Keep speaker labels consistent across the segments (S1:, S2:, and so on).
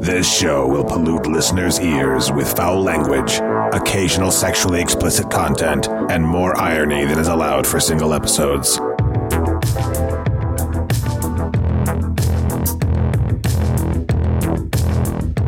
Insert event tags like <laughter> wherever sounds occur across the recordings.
S1: This show will pollute listeners' ears with foul language, occasional sexually explicit content, and more irony than is allowed for single episodes.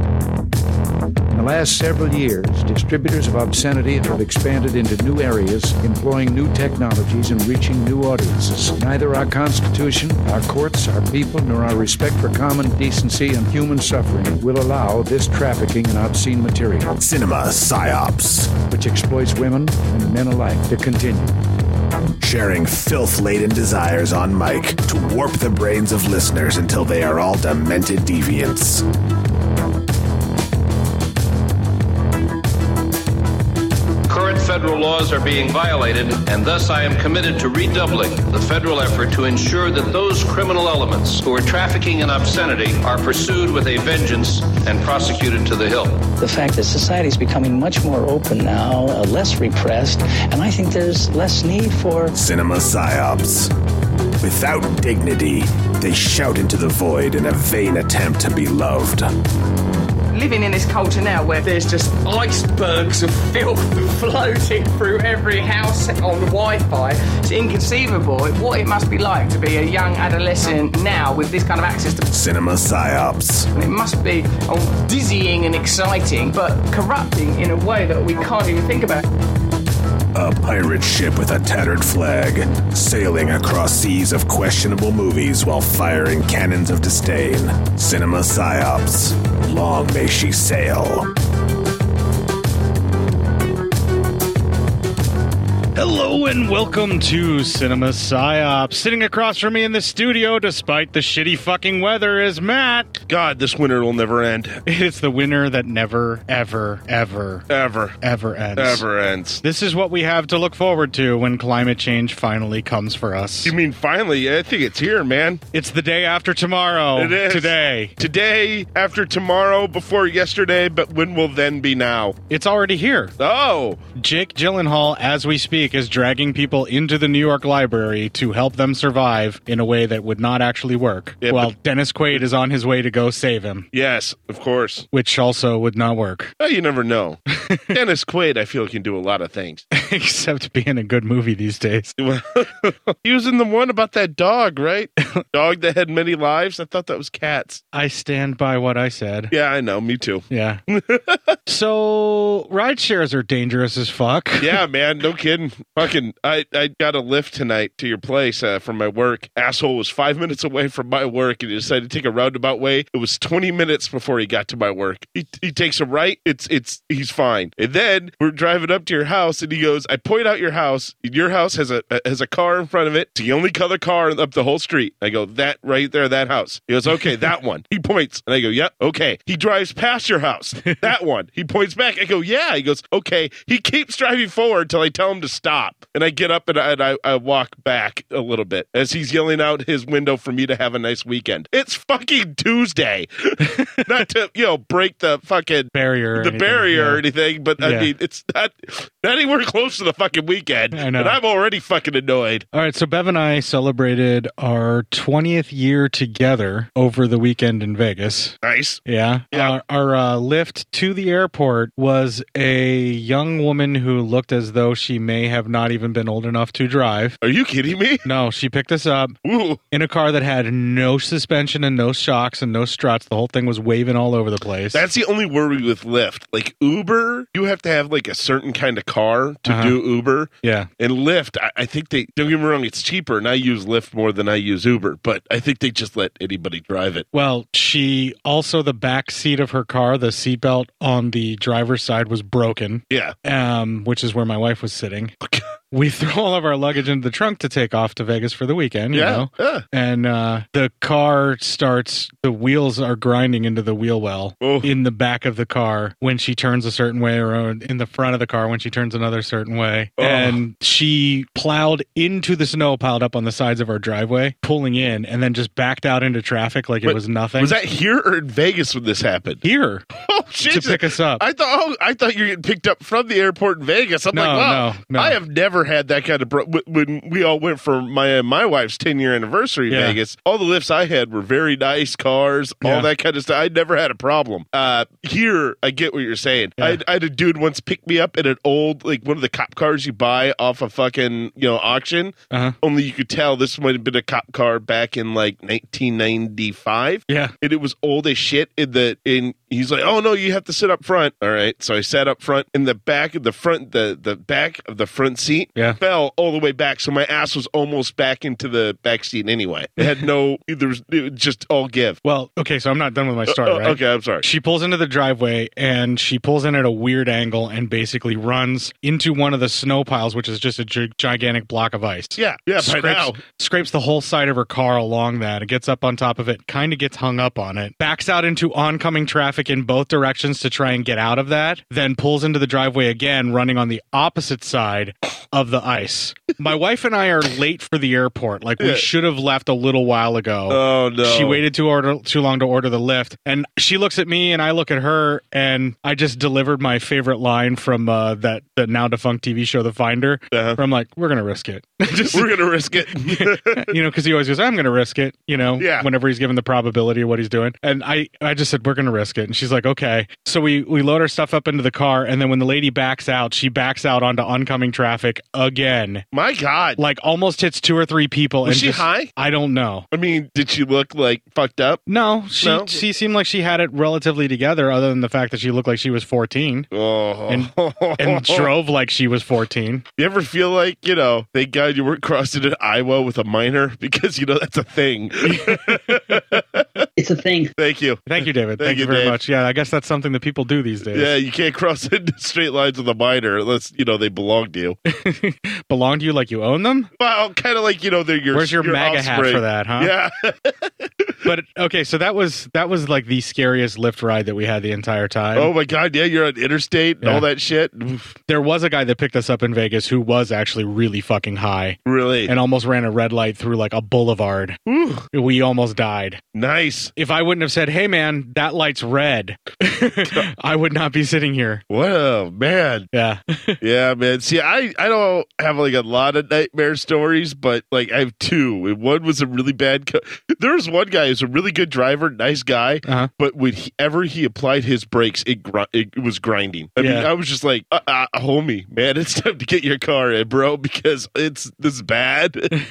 S2: In the last several years, distributors of obscenity have expanded into new areas, employing new technologies and reaching new audiences. Neither our Constitution, our courts, our people, nor our respect for common decency and human suffering will allow this trafficking in obscene material,
S1: Cinema psyops,
S2: which exploits women and men alike, to continue.
S1: sharing filth laden desires on mic to warp the brains of listeners until they are all demented deviants.
S3: Current federal laws are being violated, and thus I am committed to redoubling the federal effort to ensure that those criminal elements who are trafficking in obscenity are pursued with a vengeance and prosecuted to the hilt.
S4: the fact that society is becoming much more open now, uh, less repressed, and I think there's less need for
S1: Cinema psyops. Without dignity, they shout into the void in a vain attempt to be loved.
S5: living in this culture now where
S6: There's just icebergs of filth
S5: <laughs>
S6: floating through every house on Wi Fi.
S5: it's inconceivable what it must be like to be a young adolescent now with this kind of access to
S1: Cinema psyops.
S5: it must be oh, dizzying and exciting but corrupting in a way that we can't even think about
S1: A pirate ship with a tattered flag, sailing across seas of questionable movies while firing cannons of disdain. Cinema psyops. Long may she sail.
S7: Hello and welcome to Cinema Psyop. Sitting across from me in the studio, despite the shitty fucking weather, is Matt.
S8: God, this winter will never end.
S7: It's the winner that never, ever, ever,
S8: Ever.
S7: ever ends.
S8: Ever ends.
S7: This is what we have to look forward to when climate change finally comes for us.
S8: You mean finally? I think it's here, man.
S7: It's the day after tomorrow.
S8: It is.
S7: Oh, Today.
S8: Today, after tomorrow, before yesterday, but when will then be now?
S7: It's already here.
S8: Oh,
S7: Jake Gyllenhaal, as we speak, is dragging people into the New York Library to help them survive in a way that would not actually work.
S8: Yeah,
S7: while
S8: but-
S7: Dennis Quaid is on his way to go save him,
S8: yes, of course.
S7: which also would not work. <laughs>
S8: Oh, you never know. Dennis Quaid, I feel, can do a lot of things. <laughs>
S7: except being a good movie these days.
S8: he was in the one about that dog,
S7: <laughs>
S8: right? dog that had many lives. I thought that was cats.
S7: I stand by what I said.
S8: Yeah, I know. Me too.
S7: Yeah.
S8: <laughs>
S7: so ride shares are dangerous as fuck.
S8: yeah, man, no kidding. Fucking, I, I got a lift tonight to your place uh, from my work. Asshole was five minutes away from my work and he decided to take a roundabout way. It was 20 minutes before he got to my work. He, he takes a right. It's, it's, he's fine. And then we're driving up to your house and he goes, I point out your house. Your house has a, has a car in front of it. It's the only other car up the whole street. I go, that right there, that house. He goes, okay, that one. He points and I go, yep, okay. He drives past your
S7: <laughs>
S8: house. That one. He points back. I go, yeah. He goes, okay. He keeps driving forward till I tell him to stop. And I get up and I, and I, I walk back a little bit as he's yelling out his window for me to have a nice weekend. It's fucking
S7: <laughs>
S8: Tuesday. Not to, you know, break the fucking
S7: Barrier. or
S8: the
S7: anything,
S8: barrier
S7: yeah.
S8: or anything, but
S7: Yeah.
S8: I mean, it's not, not anywhere close to the fucking weekend.
S7: I know.
S8: And I'm already fucking annoyed.
S7: All right, so Bev and I celebrated our 20th year together over the weekend in Vegas.
S8: Nice.
S7: Yeah.
S8: Yeah.
S7: Our, our uh, lift to the airport was a young woman who looked as though she may have not even been old enough to drive.
S8: Are you kidding me?
S7: No, she picked us up.
S8: Ooh.
S7: in a car that had no suspension and no shocks and no struts. The whole thing was waving all over the place.
S8: That's the only worry with Lyft. Like Uber, you have to have like a certain kind of car to
S7: Uh-huh.
S8: do Uber.
S7: yeah.
S8: And Lyft, I, I think they don't get me wrong, it's cheaper, and I use Lyft more than I use Uber, but I think they just let anybody drive it.
S7: Well, she also the back seat of her car, the seatbelt on the driver's side was broken,
S8: Yeah.
S7: um, which is where my wife was sitting. <laughs> We threw all of our luggage into the trunk to take off to Vegas for the weekend. You
S8: yeah.
S7: know?
S8: yeah.
S7: and uh, the car starts the wheels are grinding into the wheel well
S8: Oh.
S7: in the back of the car when she turns a certain way or in the front of the car when she turns another certain way
S8: Oh.
S7: and she plowed into the snow piled up on the sides of our driveway pulling in and then just backed out into traffic like it
S8: But
S7: was nothing
S8: Was that here or in Vegas when this happened? <laughs>
S7: here
S8: Oh shit.
S7: pick us up.
S8: I thought oh, I thought you were getting picked up from the airport in Vegas. I'm
S7: No,
S8: like, wow,
S7: no, no.
S8: I have never never had that kind of bro- wh- when we all went for my and my wife's 10 year anniversary
S7: Yeah.
S8: Vegas. All the lifts I had were very nice cars,
S7: Yeah.
S8: all that kind of stuff. I never had a problem. Uh, here I get what you're saying. I, I had a dude once pick me up in an old like one of the cop cars you buy off a fucking you know auction.
S7: Uh-huh.
S8: Only you could tell this might have been a cop car back in like 1995
S7: Yeah.
S8: and it was old as shit in the in he's like oh no you have to sit up front all right so i sat up front in the back of the front the the back of the front seat
S7: Yeah.
S8: fell all the way back so my ass was almost back into the back seat anyway it had no <laughs> there was it was just all give
S7: Well, okay, so I'm not done with my story,
S8: Oh,
S7: right?
S8: okay i'm sorry
S7: She pulls into the driveway and she pulls in at a weird angle and basically runs into one of the snow piles, which is just a gi- gigantic block of ice.
S8: yeah yeah by
S7: scrapes,
S8: now
S7: scrapes the whole side of her car along that. It gets up on top of it, kind of gets hung up on it, backs out into oncoming traffic in both directions to try and get out of that, then pulls into the driveway again, running on the opposite side of the ice. My wife and I are late for the airport. Like, we
S8: Yeah.
S7: should have left a little while ago.
S8: oh no
S7: She waited too order too long to order the lift, and she looks at me, and I look at her, and I just delivered my favorite line from uh, that the now defunct TV show, The Finder.
S8: Uh-huh.
S7: From like, we're gonna risk it, <laughs>
S8: <laughs>
S7: just
S8: we're gonna risk it
S7: <laughs> you know, because he always goes, "I'm gonna risk it," you know,
S8: Yeah.
S7: whenever he's given the probability of what he's doing. And I, I just said, "We're gonna risk it," and she's like, "Okay." So we we load our stuff up into the car, and then when the lady backs out, she backs out onto oncoming traffic again,
S8: my god
S7: like almost hits two or three people.
S8: Was
S7: and
S8: she
S7: just-
S8: high?
S7: I don't know.
S8: i mean did she look like fucked up
S7: No, she
S8: No?
S7: she seemed like she had it relatively together, other than the fact that she looked like she was fourteen
S8: oh
S7: And-
S8: <laughs>
S7: and drove like she was fourteen.
S8: You ever feel like, you know, thank God you weren't crossing in Iowa with a minor <laughs> because, you know, that's a thing. <laughs>
S4: It's a thing.
S8: thank you.
S7: Thank you, David.
S8: <laughs>
S7: Thank,
S8: Thank
S7: you
S8: you,
S7: very
S8: Dave.
S7: much. Yeah, I guess that's something that people do these days.
S8: Yeah, you can't cross <laughs> into straight lines with a minor unless, you know, they belong to you. <laughs>
S7: Belong to you like you own them.
S8: Well, kind of like, you know, they're your
S7: Where's your MAGA hat
S8: offspring.
S7: for that, huh? <laughs>
S8: Yeah.
S7: But okay, so that was that was like the scariest lift ride that we had the entire time.
S8: oh, my God. Yeah, you're on interstate and
S7: Yeah.
S8: all that shit. Oof,
S7: There was a guy that picked us up in Vegas who was actually really fucking high
S8: really?
S7: and almost ran a red light through like a boulevard.
S8: Ooh,
S7: We almost died.
S8: nice.
S7: If I wouldn't have said, "Hey man, that light's red," <laughs> I would not be sitting here.
S8: Whoa, man.
S7: Yeah.
S8: <laughs> Yeah, man. See, I, I don't have like a lot of nightmare stories, but like I have two. And one was a really bad. Co- <laughs> there was one guy who's a really good driver, nice guy,
S7: Uh-huh.
S8: but whenever he applied his brakes, it gr- it was grinding. I mean,
S7: Yeah.
S8: I was just like, uh, uh, homie, man, it's time to get your car in, bro, because it's this is bad. <laughs>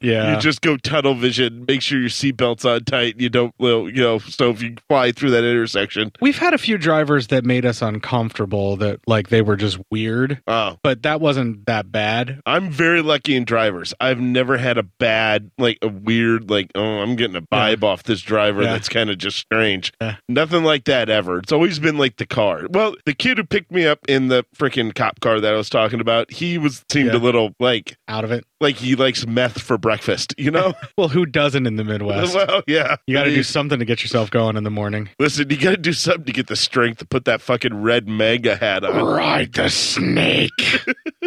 S7: Yeah.
S8: You just go tunnel vision, make sure your seatbelt's on tight. You don't, well, you know, so if you fly through that intersection,
S7: We've had a few drivers that made us uncomfortable that like they were just weird,
S8: oh,
S7: but that wasn't that bad.
S8: I'm very lucky in drivers. I've never had a bad, like a weird, like oh, I'm getting a vibe off this driver.
S7: Yeah.
S8: That's kind of just strange.
S7: Yeah.
S8: Nothing like that ever. It's always been like the car. Well, the kid who picked me up in the freaking cop car that I was talking about, he was seemed
S7: Yeah.
S8: a little like
S7: Out of it.
S8: like he likes meth for breakfast. You know?
S7: <laughs> Well, who doesn't in the
S8: <laughs>
S7: Midwest?
S8: well, yeah.
S7: You got
S8: I
S7: to
S8: mean,
S7: do something to get yourself going in the morning.
S8: Listen, you got to do something to get the strength to put that fucking red mega hat on.
S7: Ride the snake. <laughs>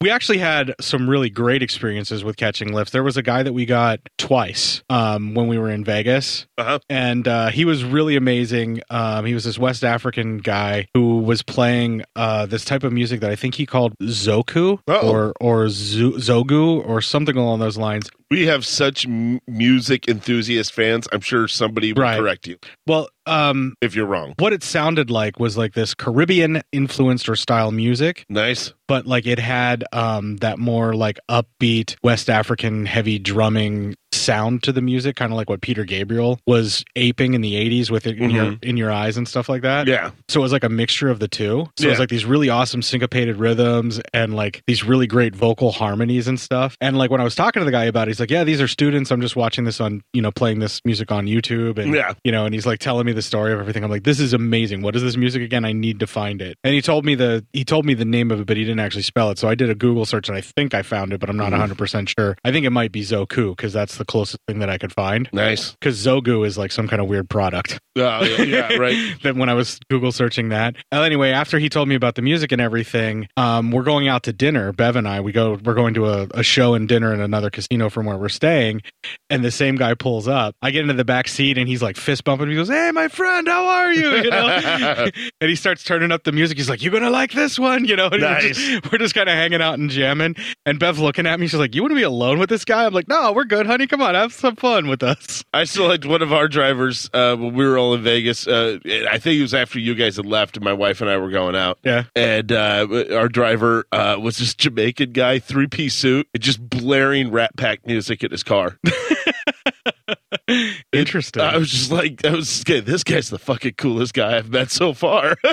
S7: we actually had some really great experiences with catching lifts. There was a guy that we got twice um, when we were in Vegas,
S8: Uh-huh.
S7: and uh, he was really amazing. Um, he was this West African guy who was playing uh, this type of music that I think he called zoku
S8: Uh-oh.
S7: or or zo- zogu or something along those lines.
S8: We have such m- music enthusiast fans. I'm sure somebody will
S7: Right.
S8: correct you
S7: Well, um,
S8: if you're wrong.
S7: what it sounded like was like this Caribbean influenced or style music.
S8: Nice.
S7: but like it had um that more like upbeat West African heavy drumming sound to the music, kind of like what Peter Gabriel was aping in the '80s with it in your in your eyes and stuff like that.
S8: Yeah.
S7: So it was like a mixture of the two. So it was
S8: Yeah.
S7: like these really awesome syncopated rhythms and like these really great vocal harmonies and stuff. And like when I was talking to the guy about it, he's like, Yeah, these are students. I'm just watching this on, you know, playing this music on YouTube. And,
S8: Yeah.
S7: you know, and he's like telling me the story of everything. I'm like, This is amazing. What is this music again? I need to find it. And he told me the, he told me the name of it, but he didn't
S8: Mm-hmm.
S7: actually spell it. So I did a Google search and I think I found it, but I'm not 100% sure. I think it might be Zoku because that's the closest thing that I could find.
S8: Nice.
S7: Because Zogu is like some kind of weird product.
S8: Oh, yeah,
S7: <laughs>
S8: yeah, right.
S7: Then when I was Google searching that. Uh, Anyway, after he told me about the music and everything, um, we're going out to dinner. Bev and I, we go, we're going to a, a show and dinner in another casino from where we're staying. And the same guy pulls up. I get into the back seat and he's like fist bumping me. He goes, "Hey, my friend, how are you?" You know. <laughs> and he starts turning up the music. He's like, "You're gonna like this one," you know. And we're just- We're just, kind of hanging out and jamming. And Bev's looking at me. She's like, "You want to be alone with this guy?" I'm like, "No, we're good, honey. Come on, have some fun with us." <laughs>
S8: I still had one of our drivers uh, when we were all in Vegas. Uh, I think it was after you guys had left, and my wife and I were going out.
S7: Yeah.
S8: And uh, our driver uh, was this Jamaican guy, three piece suit, and just blaring Rat Pack music in his car. <laughs>
S7: Interesting.
S8: I was just like, I was okay, this guy's the fucking coolest guy I've met so far. <laughs>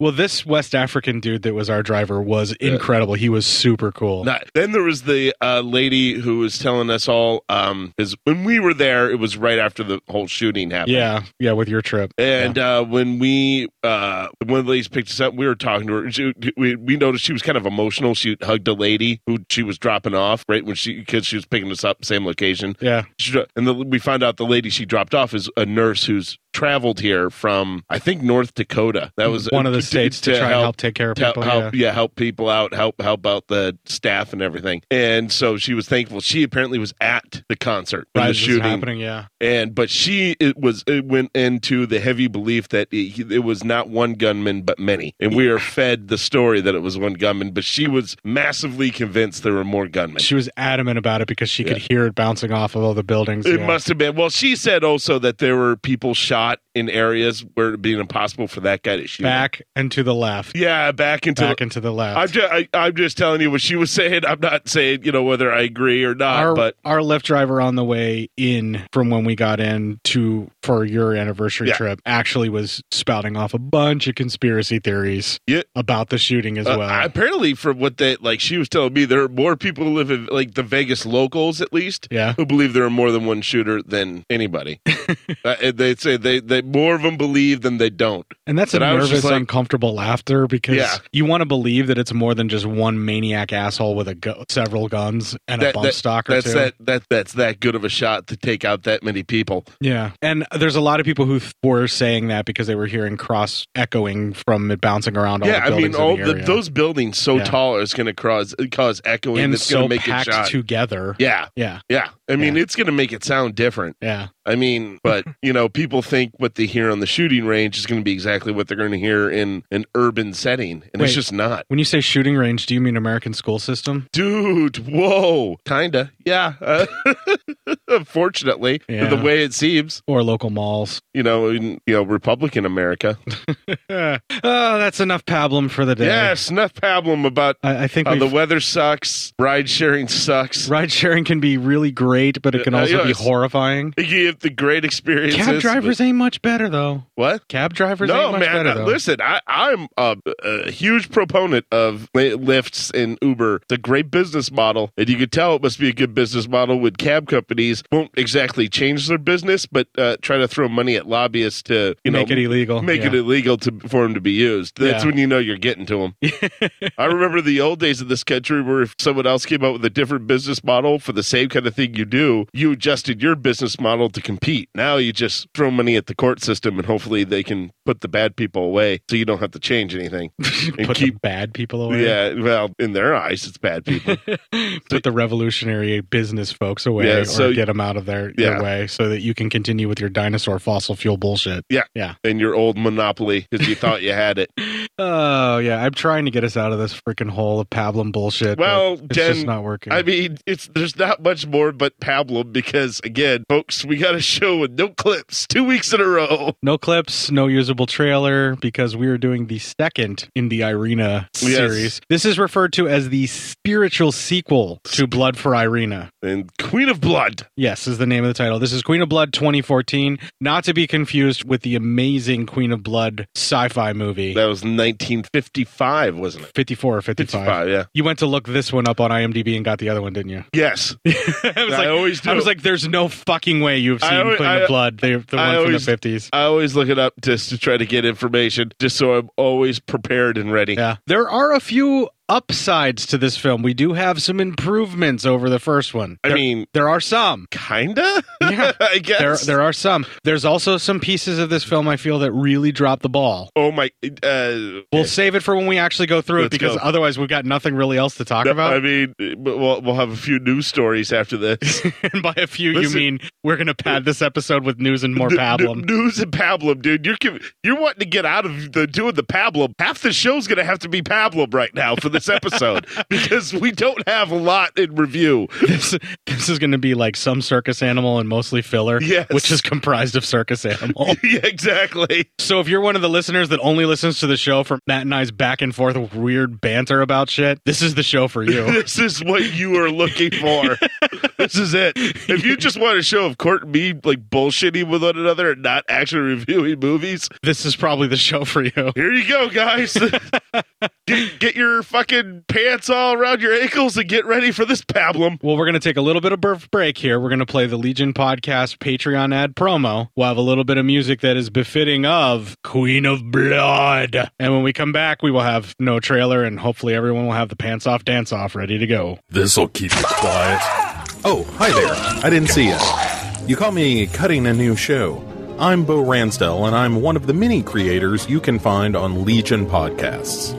S7: Well, this West African dude that was our driver was incredible. He was super cool.
S8: Not- then there was the uh, lady who was telling us all, um, is when we were there, it was right after the whole shooting happened.
S7: Yeah, yeah, with your trip.
S8: And uh, when we uh, one of the ladies picked us up, we were talking to her. and She, we we noticed she was kind of emotional. She hugged a lady who she was dropping off right when she because she was picking us up same location.
S7: Yeah.
S8: She dro- and the, we found out the lady she dropped off is a nurse who's traveled here from I think North Dakota. That was uh,
S7: One of the states to try and help take care of
S8: to
S7: people,
S8: help-
S7: yeah.
S8: yeah, help people out, help help out the staff and everything. And so she was thankful. She apparently was at the concert when
S7: Right,
S8: the
S7: this is
S8: shooting
S7: happening, yeah.
S8: and but she it was it went into the heavy belief that it, it was not one gunman but many and we are fed the story that it was one gunman but she was massively convinced there were more gunmen
S7: She was adamant about it because she could hear it bouncing off of all the buildings.
S8: it
S7: yeah.
S8: must have been well she said also that there were people shot in areas where it'd been impossible for that guy to shoot
S7: back and to the left.
S8: yeah back into
S7: Back into the left.
S8: I'm just, I, I'm just telling you what she was <laughs> saying. I'm not saying you know whether I agree or not,
S7: our,
S8: but
S7: our left driver on the way in from when we got in to for your anniversary
S8: Yeah.
S7: trip actually was spouting off a bunch of conspiracy theories
S8: Yeah.
S7: about the shooting as
S8: Uh,
S7: well.
S8: apparently, from what they like, she was telling me there are more people who live in like the Vegas locals, at least,
S7: Yeah.
S8: who believe there are more than one shooter than
S7: <laughs>
S8: anybody. uh, and they say they, they more of them believe than they don't.
S7: And that's a
S8: I was
S7: nervous,
S8: just like,
S7: uncomfortable laughter because
S8: Yeah.
S7: you want to believe that it's more than just one maniac asshole with a gu- several guns and a
S8: that,
S7: bump
S8: that-
S7: stock or
S8: that's
S7: two.
S8: that that that's that good of a shot to take out that many people.
S7: Yeah, and there's a lot of people who f- were saying that because they were hearing cross echoing from it bouncing around. All
S8: yeah,
S7: the
S8: I mean,
S7: buildings in
S8: all
S7: the
S8: the,
S7: area.
S8: those buildings so
S7: Yeah.
S8: tall is going to cause cause echoing.
S7: and
S8: that's
S7: so
S8: going to make it
S7: packed
S8: shot.
S7: together.
S8: yeah,
S7: yeah,
S8: yeah. I mean,
S7: Yeah.
S8: it's going to make it sound different.
S7: yeah.
S8: I mean,
S7: <laughs>
S8: but you know, people think what they hear on the shooting range is going to be exactly what they're going to hear in an urban setting, and
S7: Wait.
S8: it's just not.
S7: When you say shooting range, do you mean American school system?
S8: Dude, whoa, kinda, yeah. Uh, <laughs> unfortunately,
S7: Yeah.
S8: the way it seems,
S7: Or local malls.
S8: you know, in you know, Republican America.
S7: oh, that's enough pablum for the day.
S8: Yes, enough pablum about
S7: I, I think
S8: how the
S7: we've-
S8: weather sucks, ride sharing sucks.
S7: ride sharing can be really great, but it can
S8: Uh,
S7: also be
S8: yes.
S7: horrifying.
S8: You have the great experiences.
S7: Cab drivers
S8: but-
S7: ain't much better though.
S8: what?
S7: Cab drivers ain't
S8: No,
S7: much
S8: man.
S7: better
S8: uh,
S7: though.
S8: listen, I, I'm a, a huge proponent of Li- lifts and Uber. It's a great business model, and you can tell it must be a good business model when cab companies won't exactly change their business, but uh, try to throw money at lobbyists to you
S7: Make
S8: know
S7: it illegal,
S8: make it
S7: yeah.
S8: illegal to for them to be used. That's
S7: Yeah.
S8: when you know you're getting to them. I remember the old days of this country where if someone else came out with a different business model for the same kind of thing you do, you adjusted your business model to compete. Now you just throw money at the court system and hopefully they can put the bad people away so you don't have to change anything. and
S7: <laughs> Put
S8: keep
S7: the bad people away.
S8: yeah, well, in their eyes, it's bad
S7: <laughs>
S8: people.
S7: Put the revolutionary business folks away
S8: Yeah,
S7: or
S8: so-
S7: get them out of their,
S8: Yeah.
S7: their way so that you can continue with your dinosaur fossil fuel bullshit.
S8: Yeah.
S7: Yeah.
S8: and your old monopoly because you thought you had it.
S7: Oh, yeah. I'm trying to get us out of this freaking hole of pablum bullshit. but
S8: Well,
S7: it's
S8: Jen,
S7: just not working.
S8: I mean, it's there's not much more but pablum because again, folks, we got a show with no clips two weeks in a row.
S7: no clips, no usable trailer because we are doing the second in the Irina
S8: Yes.
S7: series. This is referred to as the spiritual sequel to Blood for Irina.
S8: And Queen of Blood.
S7: Yes, is the name of the title. This is Queen of Blood 2014, not to be confused with the amazing Queen of Blood sci-fi movie.
S8: That was 1955, wasn't it?
S7: 54 or 55.
S8: 55, yeah.
S7: You went to look this one up on IMDb and got the other one, didn't you? <laughs>
S8: Yes.
S7: I was
S8: I
S7: like,
S8: always do.
S7: I was like, there's no fucking way you've seen
S8: I always-
S7: Queen
S8: I-
S7: of Blood, the, the
S8: I
S7: one
S8: always-
S7: from the 50s.
S8: I always look it up just to try to get information, just so I'm always prepared and ready.
S7: Yeah. There are a few upsides to this film. We do have some improvements over the first one.
S8: I
S7: There-
S8: mean-
S7: there
S8: <laughs>
S7: are some.
S8: Kinda?
S7: Yeah.
S8: <laughs> I guess.
S7: There, there are some. There's also some pieces of this film I feel that really drop the ball.
S8: oh my. Uh,
S7: We'll save it for when we actually go through it
S8: Let's
S7: because
S8: go.
S7: otherwise we've got nothing really else to talk
S8: no,
S7: <laughs> about.
S8: I mean, but we'll, we'll have a few news stories after
S7: <laughs>
S8: this.
S7: and by a few,
S8: Listen-
S7: you mean we're going to pad this episode with news and
S8: <laughs>
S7: more
S8: N-
S7: pablum.
S8: n- news and pablum, dude. You're giv- you're wanting to get out of the doing the pablum. Half the show's gonna have to be pablum right now for this episode <laughs> because we don't have a lot in review.
S7: This, <laughs> this is going to be like some circus animal and mostly filler,
S8: Yes.
S7: which is comprised of
S8: <laughs>
S7: circus animal.
S8: <laughs> yeah, exactly.
S7: So if you're one of the listeners that only listens to the show for Matt and I's back and forth weird banter about shit, this is the show
S8: <laughs>
S7: for you.
S8: This is what you are looking for. this is it. If you just want a show of Court and me like bullshitting with one another and not actually reviewing movies,
S7: this is probably the show for you.
S8: here you go, guys. <laughs> get, get your fucking pants all around your ankles and get ready for this pablum.
S7: Well, we're going to take a little bit of bur- break here. We're going to play the Legion Podcast Patreon ad promo. We'll have a little bit of music that is befitting of Queen of Blood. And when we come back, we will have no trailer and hopefully everyone will have the pants off dance off ready to go.
S9: This'll keep you quiet. Oh, hi there. I didn't see you. You caught me cutting a new show. I'm Bo Ransdell, and I'm one of the many creators you can find on Legion Podcasts.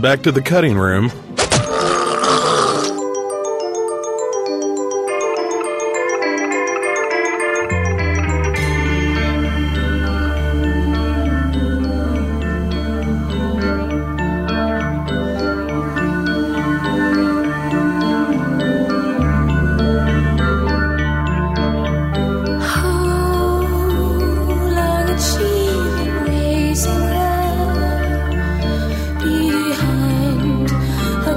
S9: back to the cutting room.
S10: Behind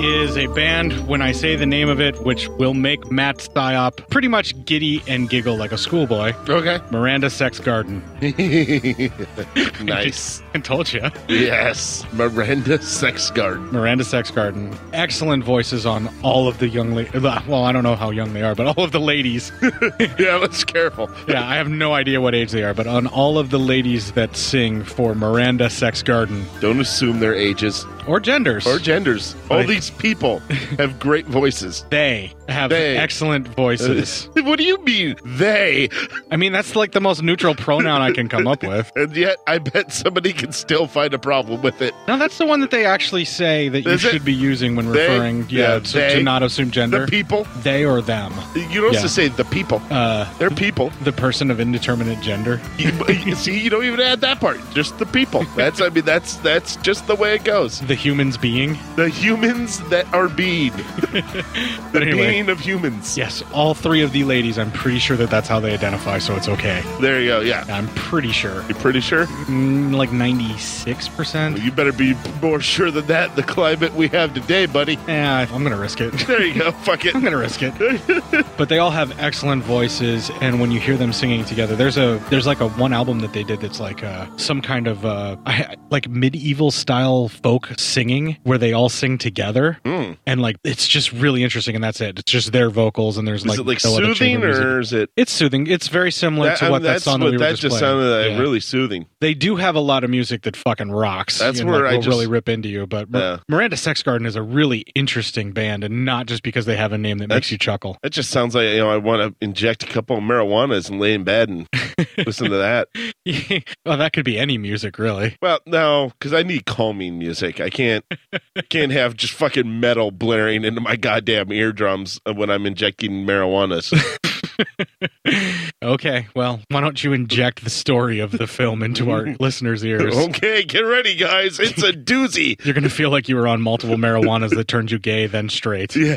S7: is a band, when I say the name of it, which will make Matt Stiop pretty much giddy and giggle like a schoolboy.
S8: Okay.
S7: Miranda Sex Garden. <laughs>
S8: Nice.
S7: I told you.
S8: <laughs> Yes. Miranda Sex Garden.
S7: Miranda Sex Garden. Excellent voices on all of the young la- well, I don't know how young they are, but all of the ladies.
S8: <laughs>
S7: <laughs>
S8: yeah, let's careful.
S7: yeah, I have no idea what age they are, but on all of the ladies that sing for Miranda Sex Garden
S8: Don't assume their ages
S7: or genders.
S8: or genders. All
S7: Right.
S8: these people have great voices.
S7: they have
S8: They. <laughs>
S7: excellent voices.
S8: What do you mean they?
S7: I mean, that's like the most neutral pronoun I can come up with.
S8: And yet, I bet somebody can still find a problem with it.
S7: No, that's the one that they actually say that you
S8: Is it?
S7: should be using when
S8: They?
S7: referring yeah,
S8: Yeah,
S7: to,
S8: they.
S7: to not assume gender.
S8: The people.
S7: they or them.
S8: You don't have
S7: Yeah.
S8: to say the people.
S7: Uh,
S8: They're people.
S7: the person of indeterminate gender.
S8: You, <laughs> you see, you don't even add that part. Just the people. That's. I mean, that's that's just the way it goes.
S7: The humans being.
S8: The humans that are being. the
S7: But <laughs> anyway.
S8: being of humans.
S7: Yes, all three of the ladies, I'm pretty sure that that's how they identify, so it's okay.
S8: There you go. Yeah.
S7: I'm pretty sure.
S8: You pretty sure?
S7: Mm, like 96%?
S8: You better be more sure than that. in The climate we have today, buddy.
S7: Yeah, I'm going to risk it. <laughs>
S8: There you go. Fuck it.
S7: I'm going to risk it.
S8: <laughs>
S7: but they all have excellent voices, and when you hear them singing together, there's a there's like a one album that they did that's like uh, some kind of uh, I, like medieval style folk singing where they all sing together,
S8: Hmm.
S7: and like it's just really interesting. And that's it. It's just their vocals, and there's
S8: Is
S7: like
S8: it like
S7: no other chamber
S8: soothing
S7: music.
S8: or is it?
S7: It's soothing. It's very similar
S8: That-
S7: to
S8: I
S7: what
S8: mean,
S7: that song that we were
S8: that
S7: just,
S8: just
S7: playing.
S8: sounded like
S7: Yeah.
S8: really soothing.
S7: they do have a lot of music that fucking rocks.
S8: That's
S7: you
S8: where
S7: like,
S8: I
S7: will
S8: just-
S7: really rip into you. But Mir-
S8: Yeah.
S7: Miranda Sex Garden is a really interesting band, and not just because they have a name that
S8: That's-
S7: makes you chuckle. <laughs>
S8: That just sounds like you know I want to inject a couple of marijuanas and lay in bed and listen to that.
S7: well, that could be any music, really. <laughs>
S8: Well, no, because I need calming music. I can't can't have just fucking metal blaring into my goddamn eardrums when I'm injecting marijuanas.
S7: Okay, well, why don't you inject the story of the film into
S8: <laughs>
S7: our listeners' ears?
S8: okay, get ready, guys. It's a doozy.
S7: You're gonna feel like you were on multiple marijuanas that turned you gay, then straight,
S8: Yeah.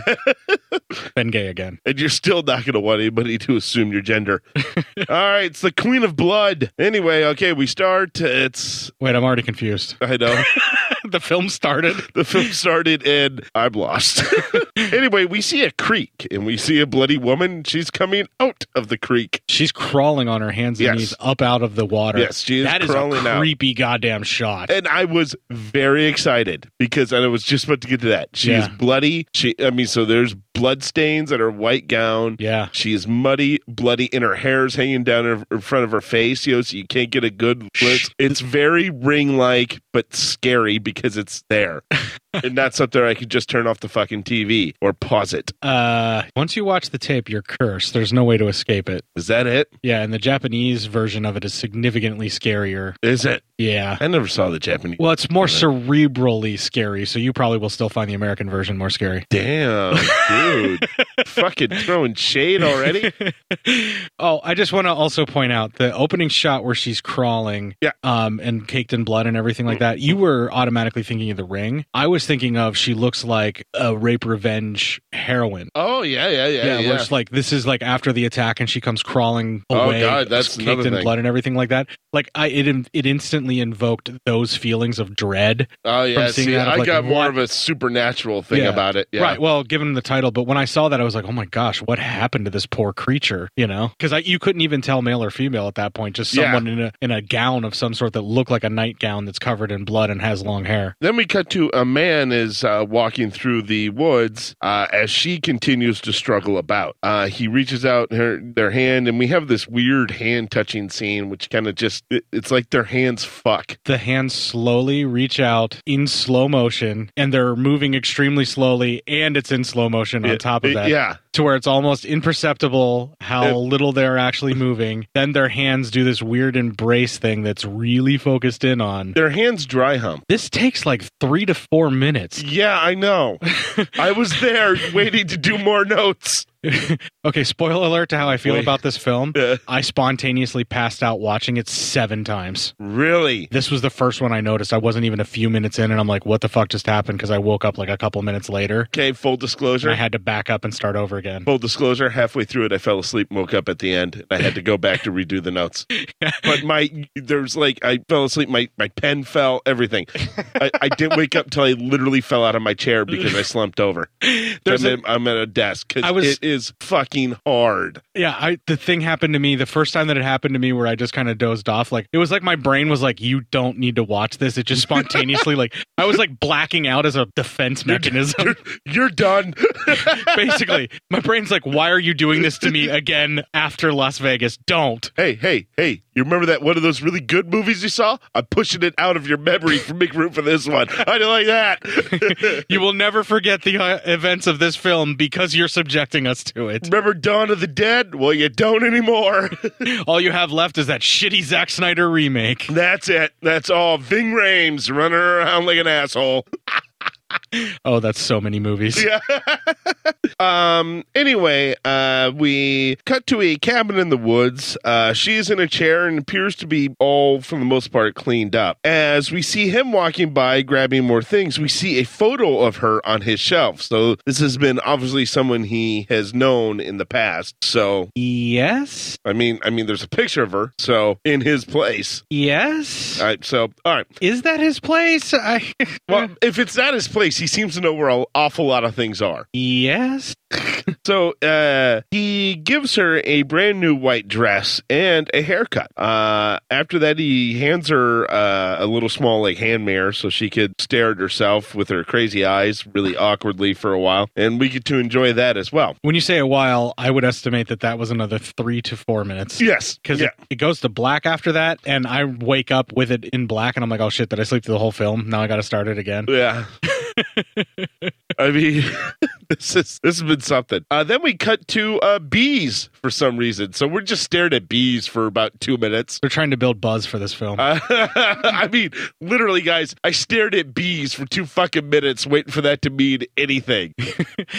S7: then gay again.
S8: and you're still not going to want anybody to assume your gender. All right, it's the Queen of Blood. Anyway, okay, we start. It's
S7: Wait, I'm
S8: <laughs>
S7: already confused.
S8: I know.
S7: the film started.
S8: <laughs> the film started and I'm lost. <laughs> anyway, we see a creek and we see a bloody woman. She's coming out of the creek.
S7: She's crawling on her hands and
S8: Yes.
S7: knees up out of the water.
S8: Yes, she is
S7: That
S8: crawling
S7: a
S8: out.
S7: creepy goddamn shot.
S8: And I was very excited because and I was just about to get to that. She is
S7: Yeah.
S8: bloody. She I mean, so there's blood stains on her white gown.
S7: Yeah.
S8: She is muddy, bloody, and her hair's hanging down in- in front of her face, you know, so you can't get a good look. It's very ring like, but scary because it's
S7: <laughs>
S8: there. and not something I could just turn off the fucking TV or pause it.
S7: Uh, once you watch the tape, you're cursed. There's no way to escape it.
S8: Is that it?
S7: Yeah, and the Japanese version of it is significantly scarier.
S8: Is it?
S7: Yeah.
S8: I never saw the Japanese.
S7: Well, it's more cerebrally scary, so you probably will still find the American version more scary.
S8: Damn,
S7: <laughs>
S8: dude. Fucking throwing shade already?
S7: oh, I just want to also point out the opening shot where she's crawling,
S8: Yeah.
S7: um, and caked in blood and everything like that. You were automatically thinking of the ring. I was thinking of she looks like a rape revenge heroine.
S8: Oh, yeah, yeah,
S7: yeah,
S8: yeah.
S7: where it's like this is like after the attack and she comes crawling
S8: Oh,
S7: away
S8: God, that's
S7: just caked
S8: another
S7: in
S8: thing.
S7: blood and everything like that like i it in- it instantly invoked those feelings of dread
S8: oh, yeah.
S7: from seeing
S8: See,
S7: that,
S8: I
S7: like,
S8: got more
S7: what-
S8: of a supernatural thing
S7: Yeah.
S8: about it. Yeah.
S7: right well given the title but when i saw that i was like oh my gosh what happened to this poor creature you know because you couldn't even tell male or female at that point just
S8: Yeah.
S7: someone in a in a gown of some sort that looked like a nightgown that's covered in blood and has long hair
S8: Then we cut to a man is uh, walking through the woods uh, as she continues to struggle about. Uh, he reaches out her their hand, and we have this weird hand touching scene, which kind of just it- it's like their hands fuck.
S7: the hands slowly reach out in slow motion and they're moving extremely slowly and it's in slow motion on
S8: It-
S7: top of
S8: it-
S7: that
S8: yeah.
S7: to where it's almost imperceptible how
S8: It-
S7: little they're actually moving <laughs> then their hands do this weird embrace thing that's really focused in on
S8: Their hands dry hump.
S7: this takes like three to four minutes <laughs>
S8: Yeah, I know. I was there waiting to do more notes.
S7: okay, spoiler alert to how I feel about this film. I spontaneously passed out watching it seven times.
S8: Really?
S7: This was the first one I noticed. I wasn't even a few minutes in, and I'm like, what the fuck just happened? Because I woke up like a couple minutes later.
S8: Okay, full disclosure.
S7: I had to back up and start over again.
S8: Full disclosure, halfway through it, I fell asleep and woke up at the end. I had to go back to redo the
S7: <laughs>
S8: notes. But my, there's like, I fell asleep, my, my pen fell, everything. I, I didn't wake up till I literally fell out of my chair because I slumped over. I'm,
S7: There's a-
S8: in- I'm at a desk 'cause
S7: I was-
S8: it is fucking hard.
S7: Yeah, I the thing happened to me the first time that it happened to me where I just kind of dozed off. Like it was like my brain was like, "You don't need to watch this." It
S8: <laughs>
S7: just spontaneously like I was like blacking out as a
S8: <laughs>
S7: defense mechanism.
S8: You're, done. <laughs>
S7: Basically, my brain's like, "Why are you doing this
S8: <laughs>
S7: to me again after Las Vegas? Don't."
S8: Hey, hey, hey, you remember that one of those really good movies you saw? I'm pushing it out of your memory for make room for this one. I didn't like that. <laughs>
S7: you will never forget the uh, events of this film because you're subjecting us to it.
S8: Remember Dawn of the Dead? Well, you don't anymore. <laughs>
S7: All you have left is that shitty Zack Snyder remake.
S8: That's it. That's all. Ving Rames running around like an asshole.
S7: Oh, that's so many movies.
S8: Yeah. um. Anyway, uh, we cut to a cabin in the woods. Uh, she is in a chair and appears to be all, for the most part, cleaned up. As we see him walking by, grabbing more things, we see a photo of her on his shelf. So this has been obviously someone he has known in the past. So
S7: Yes.
S8: I mean, I mean, there's a picture of her. So in his place.
S7: Yes.
S8: All right. So all right.
S7: Is that his place? I
S8: Well, if it's not his place, he seems to know where an awful lot of things are.
S7: Yes.
S8: so uh, he gives her a brand new white dress and a haircut. Uh, after that, he hands her uh, a little small like hand mirror so she could stare at herself with her crazy eyes really awkwardly for a while, and we get to enjoy that as well.
S7: When you say a while, I would estimate that that was another three to four minutes.
S8: Yes,
S7: Because it, it goes to black after that, and I wake up with it in black, and I'm like, oh shit, did I sleep through the whole film? Now I got to start it again.
S8: <laughs> Yeah. I mean, <laughs> this is this has been something. Uh, then we cut to uh, bees for some reason. So we're just staring at bees for about two minutes.
S7: They're trying to build buzz for this film.
S8: Uh, <laughs> I mean, literally, guys, I stared at bees for two fucking minutes waiting for that to mean
S7: <laughs>
S8: anything.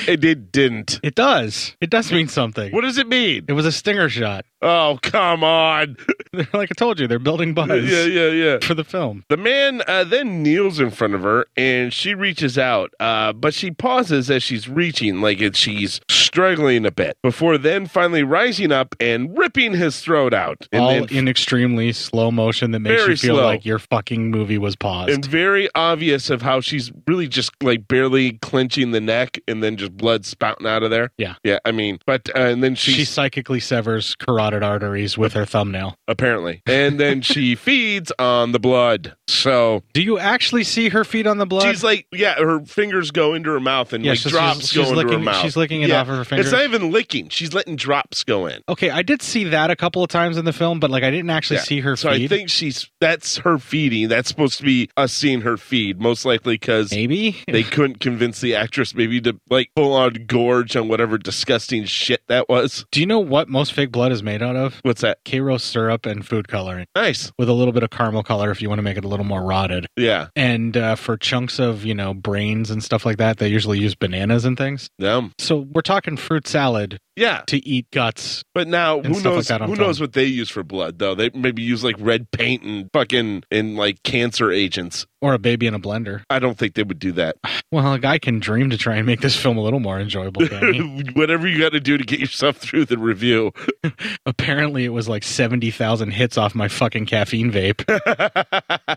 S8: and it didn't.
S7: it does. It does mean something.
S8: What does it mean?
S7: It was a stinger shot. <laughs>
S8: Oh, come on.
S7: They're like I told you, they're building buzz
S8: yeah, yeah, yeah.
S7: for the film.
S8: The man uh, then kneels in front of her and she reaches out, uh, but she pauses as she's reaching, like it, she's struggling a bit, before then finally rising up and ripping his throat out. And
S7: All
S8: then
S7: in extremely slow motion that makes
S8: Very
S7: you feel
S8: slow.
S7: like your fucking movie was paused.
S8: and very obvious of how she's really just like barely clenching the neck and then just blood spouting out of there.
S7: Yeah.
S8: Yeah. I mean, but, uh, and then
S7: she
S8: she's
S7: psychically severs carotid arteries with her thumbnail.
S8: apparently, and then
S7: <laughs>
S8: she feeds on the blood. So
S7: Do you actually see her feet on the blood?
S8: she's like, yeah, her fingers go into her mouth and
S7: Yeah,
S8: like
S7: so she's-
S8: drops
S7: she's
S8: go into her
S7: licking-
S8: mouth.
S7: she's licking it off of her fingers.
S8: It's not even licking. She's letting drops go in.
S7: Okay, I did see that a couple of times in the film, but like I didn't actually
S8: Yeah.
S7: see her
S8: so
S7: feed.
S8: I think she's that's her feeding. That's supposed to be us seeing her feed, most likely because
S7: Maybe
S8: they couldn't convince the actress maybe to like full on gorge on whatever disgusting shit that was.
S7: Do you know what most fake blood is made out of?
S8: What's that?
S7: Karo syrup and food coloring,
S8: Nice.
S7: with a little bit of caramel color if you want to make it a little more rotted.
S8: Yeah.
S7: And uh, for chunks of you know brains and stuff like that, they usually use bananas and things.
S8: Them.
S7: So we're talking fruit salad
S8: Yeah.
S7: to eat guts.
S8: But now
S7: And
S8: who
S7: stuff like
S8: knows
S7: that on
S8: who
S7: film.
S8: knows what they use for blood though. They maybe use like red paint and fucking and like cancer agents.
S7: Or a baby in a blender.
S8: I don't think they would do that.
S7: Well, a guy can dream to try and make this film a little more enjoyable.
S8: <laughs>
S7: Danny.
S8: <laughs> Whatever you got to do to get yourself <laughs> through the review.
S7: Apparently, it was like seventy thousand hits off my fucking caffeine vape. <laughs> I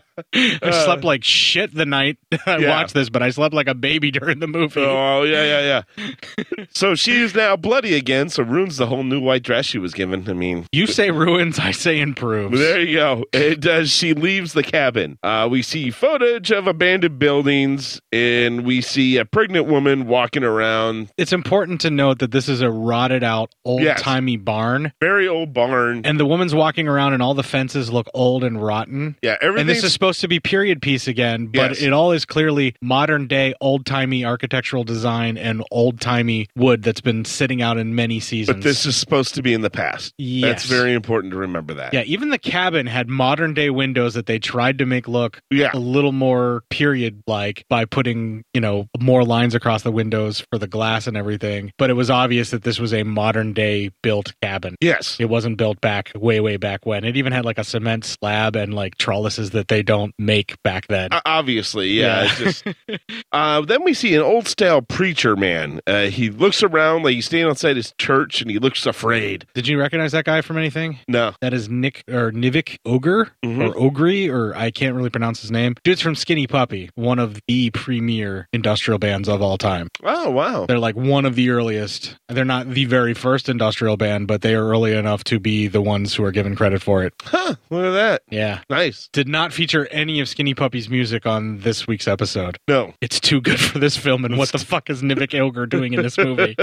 S7: slept like shit the night <laughs> I
S8: Uh, Yeah.
S7: watched this, but I slept like a baby during the movie.
S8: Oh yeah, yeah,
S7: <laughs>
S8: yeah. so she is now bloody again. So ruins the whole new white dress she was given. I mean,
S7: You say ruins, I say improves.
S8: There you go. And uh, she leaves the cabin. Uh, we see footage of abandoned buildings, and we see a pregnant woman walking around.
S7: It's important to note that this is a rotted out, old timey barn,
S8: Very old barn.
S7: and the woman's walking around, and all the fences look old and rotten.
S8: yeah,
S7: And this
S8: everything's
S7: is supposed to be period piece again, but
S8: Yes.
S7: it all is clearly modern day, old timey architectural design and old timey wood that's been sitting out in many seasons.
S8: But this is supposed to be in the past.
S7: Yes.
S8: That's very important to remember that.
S7: yeah, even the cabin had modern day windows that they tried to make look
S8: Yeah.
S7: a little more period like by putting, you know, more lines across the windows for the glass and everything. But it was obvious that this was a modern day built cabin.
S8: Yes.
S7: It wasn't built back way, way back when. It even had like a cement slab and like trellises that they don't make back then.
S8: O- Obviously, yeah.
S7: Yeah.
S8: it's just,
S7: <laughs>
S8: uh, then we see an old style preacher man. Uh, he looks around like he's standing outside his church, and he looks afraid.
S7: Did you recognize that guy from anything?
S8: No,
S7: That is Nick or Nivik Ogre
S8: Mhm.
S7: or Ogre or I can't really pronounce his name. Dude's from Skinny Puppy, one of the premier industrial bands of all time.
S8: Oh wow!
S7: They're like one of the earliest. They're not the very first industrial band, but they are early enough to be the ones who are given credit for it.
S8: Huh, look at that.
S7: Yeah.
S8: Nice.
S7: Did not feature any of Skinny Puppy's music on this week's episode.
S8: No,
S7: It's too good for this film, and
S8: <laughs>
S7: what the fuck is Nivik Ogre doing in this movie?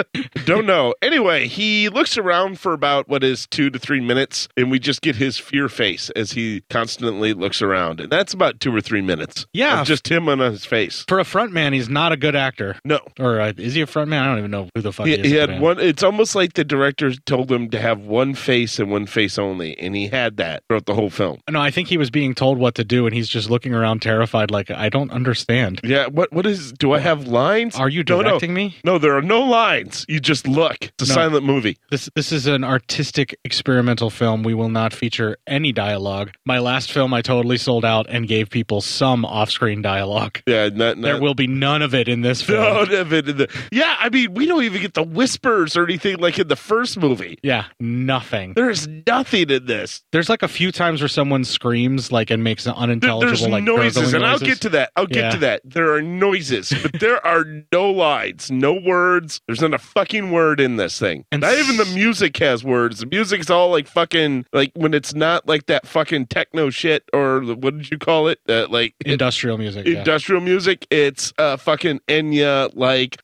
S8: don't know. Anyway, he looks around for about what is two to three minutes, and we just get his fear face as he constantly looks around, and that's about two or three minutes.
S7: Yeah.
S8: of just him on his face.
S7: For a front man, he's not a good actor.
S8: No,
S7: Or uh, is he a front man? I don't even know who the fuck he,
S8: he,
S7: is.
S8: he had
S7: man.
S8: one. It's almost like the director told him to have one face and one face only, and he had that throughout the whole film.
S7: No, I think he was being told what to do, and he's just looking around terrified, like I don't understand.
S8: Yeah. What? What is? Do I have lines?
S7: Are you
S8: No, no.
S7: directing me?
S8: No, there are no lines. You just look. It's a
S7: No.
S8: silent movie.
S7: This this is an artistic experimental film. We will not feature any dialogue. My last film, I totally sold out and gave people some off-screen dialogue.
S8: Yeah, not,
S7: There
S8: not,
S7: will be none of it in this film.
S8: No, no, but in the- yeah, I mean, we don't even get the whispers or anything like in the first movie.
S7: Yeah, nothing.
S8: There is nothing in this.
S7: There's like a few times where someone screams like and makes an
S8: There-
S7: unintelligible
S8: there's
S7: like
S8: noises,
S7: gurgling
S8: and I'll
S7: noises.
S8: get to that. I'll get
S7: Yeah.
S8: to that. There are noises, but there are no lines, no words. There's not a fucking word in this thing.
S7: And
S8: not
S7: s-
S8: even the music has words. The music's all like fucking like when it's not like that fucking techno shit or the- what did you call it? Uh, like
S7: industrial music. yeah.
S8: industrial music. It's uh fucking Enya like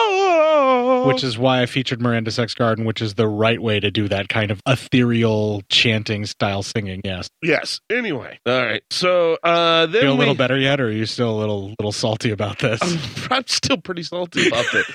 S8: oh,
S7: which is why I featured Miranda Sex Garden, which is the right way to do that kind of ethereal chanting style singing. Yes,
S8: yes. Anyway, all right. So uh then
S7: feel a
S8: we-
S7: little better yet, or are you still a little little salty about this?
S8: <laughs> I'm still pretty salty about it.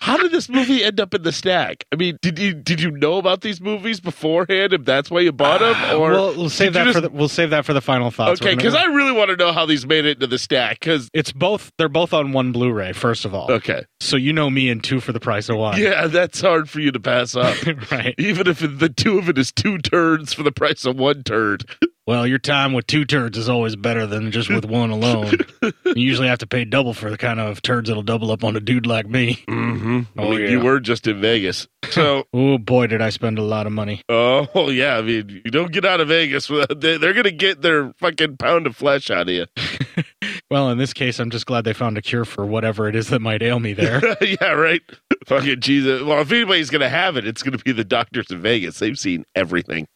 S8: How did this movie end up in the stack? I mean, did you did you know about these movies beforehand? If that's why you bought them, or
S7: Ah, we'll, we'll save
S8: did you
S7: that for
S8: just-
S7: the, we'll save that for the final thoughts. We're
S8: okay,
S7: gonna-
S8: because I really want to know how these made it into the stack. Because
S7: it's both they're both on one Blu-ray. First of all,
S8: okay,
S7: so you know me and two for the price of one.
S8: yeah, that's hard for you to pass up.
S7: <laughs> right.
S8: Even if the two of it is two turds for the price of one turd.
S7: Well, your time with two turds is always better than just with
S8: <laughs>
S7: one alone. you usually have to pay double for the kind of turds that'll double up on a dude like me.
S8: Mm-hmm.
S7: Oh, yeah.
S8: You were just in Vegas, so
S7: Oh boy, did I spend a lot of money.
S8: oh <laughs> yeah. I mean, you don't get out of Vegas <laughs> without they, they're gonna get their fucking pound of flesh out of you. <laughs>
S7: Well, in this case, I'm just glad they found a cure for whatever it is that might ail
S8: <laughs>
S7: me there.
S8: yeah, right. Fucking Jesus. Well, if anybody's gonna have it, it's gonna be the doctors in Vegas. They've seen everything.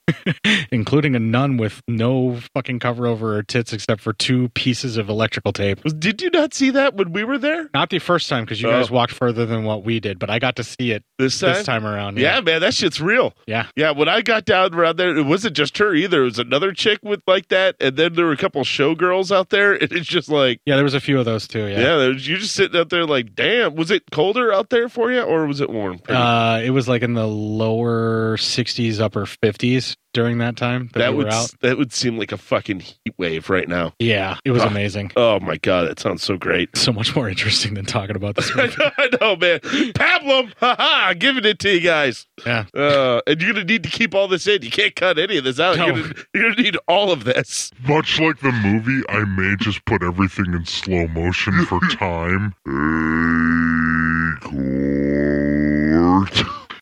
S7: including a nun with no fucking cover over her tits except for two pieces of electrical tape.
S8: Was- Did you not see that when we were there
S7: Not the first time because you
S8: Oh.
S7: guys walked further than what we did, but I got to see it
S8: this time?
S7: this time around.
S8: Yeah. man, that shit's real.
S7: Yeah.
S8: Yeah, when I got down around there, it wasn't just her either. It was another chick with like that, and then there were a couple showgirls out there, <laughs> and it's just like,
S7: Yeah, there was a few of those too. Yeah.
S8: yeah, there's you just sitting out there like, damn, was it colder out there for you, or was it warm?
S7: Uh, it was like in the lower 60s, upper 50s during that time that,
S8: that
S7: we were
S8: would
S7: out.
S8: s- that would seem like a fucking heat wave right now.
S7: Yeah, it was
S8: Ah.
S7: amazing.
S8: Oh my god, that sounds so great. <laughs>
S7: So much more interesting than talking about this movie.
S8: I know, man. Pablum, haha, giving it to you guys.
S7: Yeah.
S8: Uh, and you're gonna need to keep all this in. You can't cut any of this out. You're,
S7: No.
S8: gonna, you're gonna need all of this.
S10: Much like the movie, I may just put everything in slow motion for time. Acorn.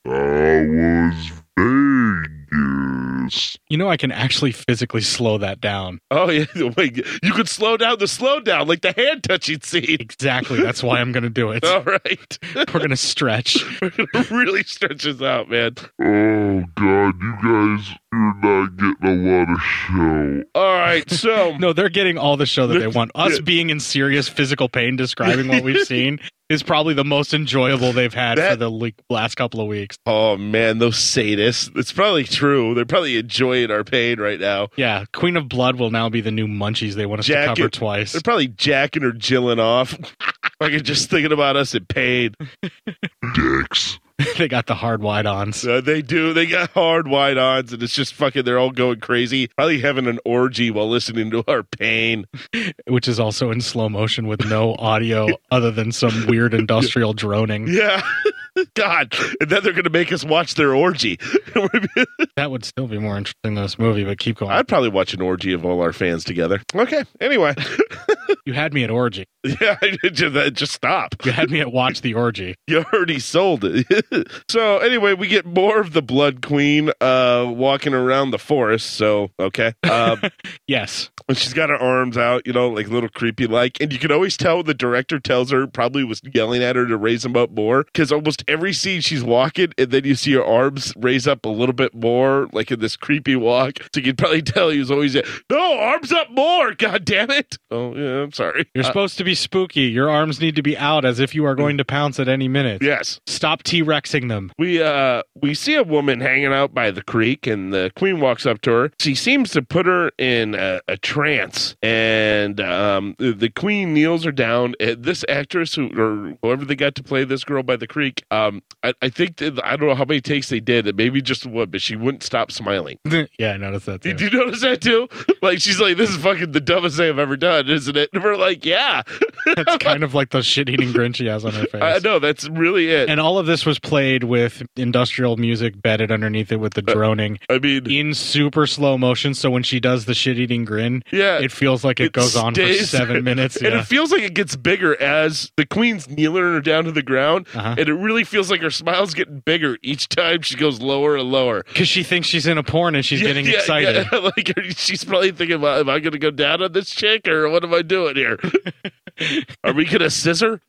S10: I was Vegas.
S7: You know, I can actually physically slow that down.
S8: Oh yeah, <laughs> wait. You could slow down the slow down, like the hand touching
S7: <laughs>
S8: scene.
S7: Exactly. That's why I'm going
S8: <laughs>
S7: to do it.
S8: All right,
S7: We're going to stretch.
S8: it really stretches out, man.
S10: Oh god, you guys, you're not getting a lot of show.
S8: All right,
S7: <laughs>
S8: so
S7: No, they're getting all the show that they want. Us
S8: Yeah.
S7: being in serious physical pain describing
S8: <laughs>
S7: what we've seen is probably the most enjoyable they've had for
S8: That-
S7: the le- last couple of weeks.
S8: oh man, those sadists. It's probably true. They're probably enjoying our pain right now.
S7: Yeah, Queen of Blood will now be the new Munchies they want us to
S8: Jacket-
S7: cover
S8: <laughs>
S7: twice. <laughs>
S8: They're probably jacking <laughs> Uh, or jilling off. Fucking just thinking about us in pain.
S10: Dicks.
S7: they got the hard wide ons.
S8: Uh, they do. They got hard wide ons, and it's just fucking. They're all going crazy. Probably having an orgy while listening to our pain.
S7: Which is also in slow motion with no
S8: <laughs>
S7: audio other than some weird industrial droning.
S8: Yeah. <laughs> God, and then they're going to make us watch their orgy. <laughs>
S7: that would still be more interesting than this movie, but keep going.
S8: I'd probably watch an orgy of all our fans together. Okay. Anyway, <laughs>
S7: you had me at orgy.
S8: Yeah, <laughs> just, just stop.
S7: You had me at watch the orgy.
S8: <laughs> You already sold it. <laughs> so anyway, we get more of the Blood Queen uh, walking around the forest. So okay, um,
S7: yes,
S8: and she's got her arms out, you know, like little creepy like, and you can always tell the director tells her probably was yelling at her to raise them up more because almost every scene she's walking, and then you see her arms raise up a little bit more, like in this creepy walk. So you can probably tell he was always no arms up more. God damn it! Oh yeah, I'm sorry.
S7: You're uh, supposed to be spooky. Your arms need to be out as if you are going to pounce at any minute.
S8: Yes.
S7: Stop
S8: <laughs>
S7: T-Rexing them.
S8: We uh we see a woman hanging out by the creek and the queen walks up to her. She seems to put her in a, a trance and um the queen kneels her down. Uh, This actress who or whoever they got to play this girl by the creek, um I, I think that, I don't know how many takes they did, maybe just one, but she wouldn't stop smiling.
S7: yeah, I noticed that too.
S8: Did you notice that too? <laughs> Like she's like, This is fucking the dumbest thing I've ever done, isn't it? <laughs> And we're like, Yeah.
S7: That's kind of like the shit eating grin she has on
S8: <laughs>
S7: her face. I
S8: know, that's really it.
S7: And all of this was played with industrial music bedded underneath it with the droning.
S8: Uh, I mean,
S7: in super slow motion. So when she does the shit eating grin,
S8: yeah,
S7: it feels like it, it goes on for seven
S8: <laughs>
S7: minutes.
S8: and
S7: yeah.
S8: it feels like it gets bigger as the queen's kneeling her down to the ground. Uh-huh. And it really feels like her smile's getting bigger each time she goes lower and lower.
S7: Because she thinks she's in a porn and she's yeah, <laughs> getting yeah, excited.
S8: <laughs> like she's probably thinking, well, am I going to go down on this chick or what am I doing
S7: <laughs>
S8: here? Are we going to scissor?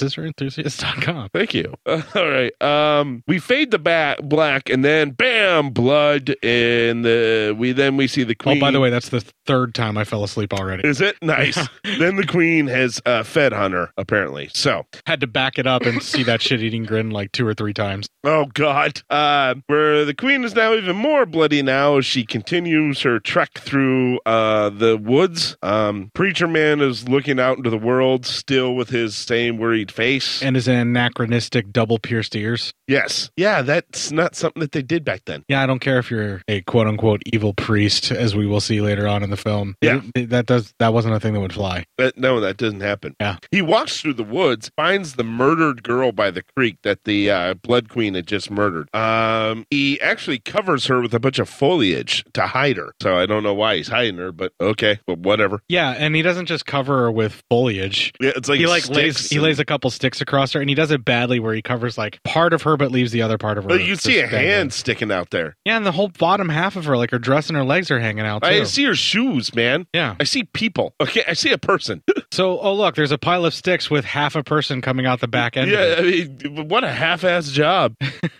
S7: www.scissorenthusiast.com.
S8: Thank you. <laughs> Uh, all right. Um, we fade the back black, and then bam, blood, and the we then we see the queen.
S7: Oh, by the way, that's the third time I fell asleep already.
S8: Is it
S7: <laughs>
S8: nice? Yeah. then the queen has uh, fed Hunter apparently. So
S7: had to back it up and see that shit eating grin like two or three times.
S8: Oh God. Uh, where the queen is now even more bloody now as she continues her trek through uh, the woods. Um, Preacher man is looking out into the world still with his same worried face
S7: and his anachronistic double pierced ears.
S8: Yes. Yeah, that's not something that they did back then.
S7: Yeah, I don't care if you're a quote unquote evil priest, as we will see later on in the film.
S8: Yeah,
S7: it, that does that wasn't a thing that would fly.
S8: That, no, that doesn't happen.
S7: Yeah,
S8: he walks through the woods, finds the murdered girl by the creek that the uh, Blood Queen had just murdered. Um, he actually covers her with a bunch of foliage to hide her. So I don't know why he's hiding her, but okay, but whatever.
S7: Yeah, and he doesn't just cover her with foliage.
S8: Yeah, it's like
S7: he like lays
S8: and...
S7: he lays a couple sticks across her, and he does it badly where he covers like part of her but leaves the other part of her.
S8: But you see a hand out. sticking out there.
S7: Yeah, and the whole bottom half of her, like her dress and her legs are hanging out. Too.
S8: I see her shoes, man.
S7: Yeah,
S8: I see people. Okay, I see a person. <laughs>
S7: so, oh look, there's a pile of sticks with half a person coming out the back end.
S8: Yeah, I mean, what a half-ass
S7: <laughs>
S8: job.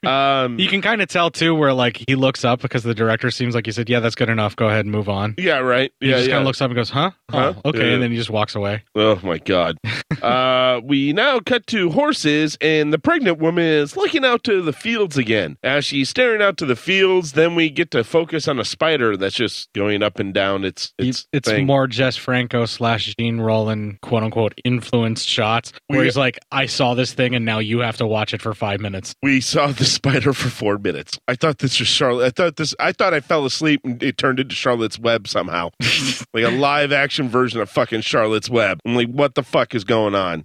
S7: um, you can kind of tell too, where like he looks up because the director seems like he said, "Yeah, that's good enough. Go ahead and move on."
S8: Yeah, right.
S7: He
S8: yeah,
S7: just
S8: yeah.
S7: kind of looks up and goes, "Huh? huh? Oh, okay," yeah. and then he just walks away.
S8: Oh my
S7: <laughs>
S8: god. uh, we now cut to horses, and the pregnant woman is looking out to the fields again. As she's staring out to the fields, then we get to focus on a spider that's just going up and down. It's it's
S7: it's thing. more Jess Franco slash Gene Roland quote unquote influenced shots where we, he's like, "I saw this thing, and now you have to watch it for five minutes."
S8: We saw the spider for four minutes. I thought this was Charlotte. I thought this. I thought I fell asleep, and it turned into Charlotte's Web
S7: <laughs>
S8: somehow, like a live action version of fucking Charlotte's Web. I'm like, what the fuck is going
S7: <laughs>
S8: on?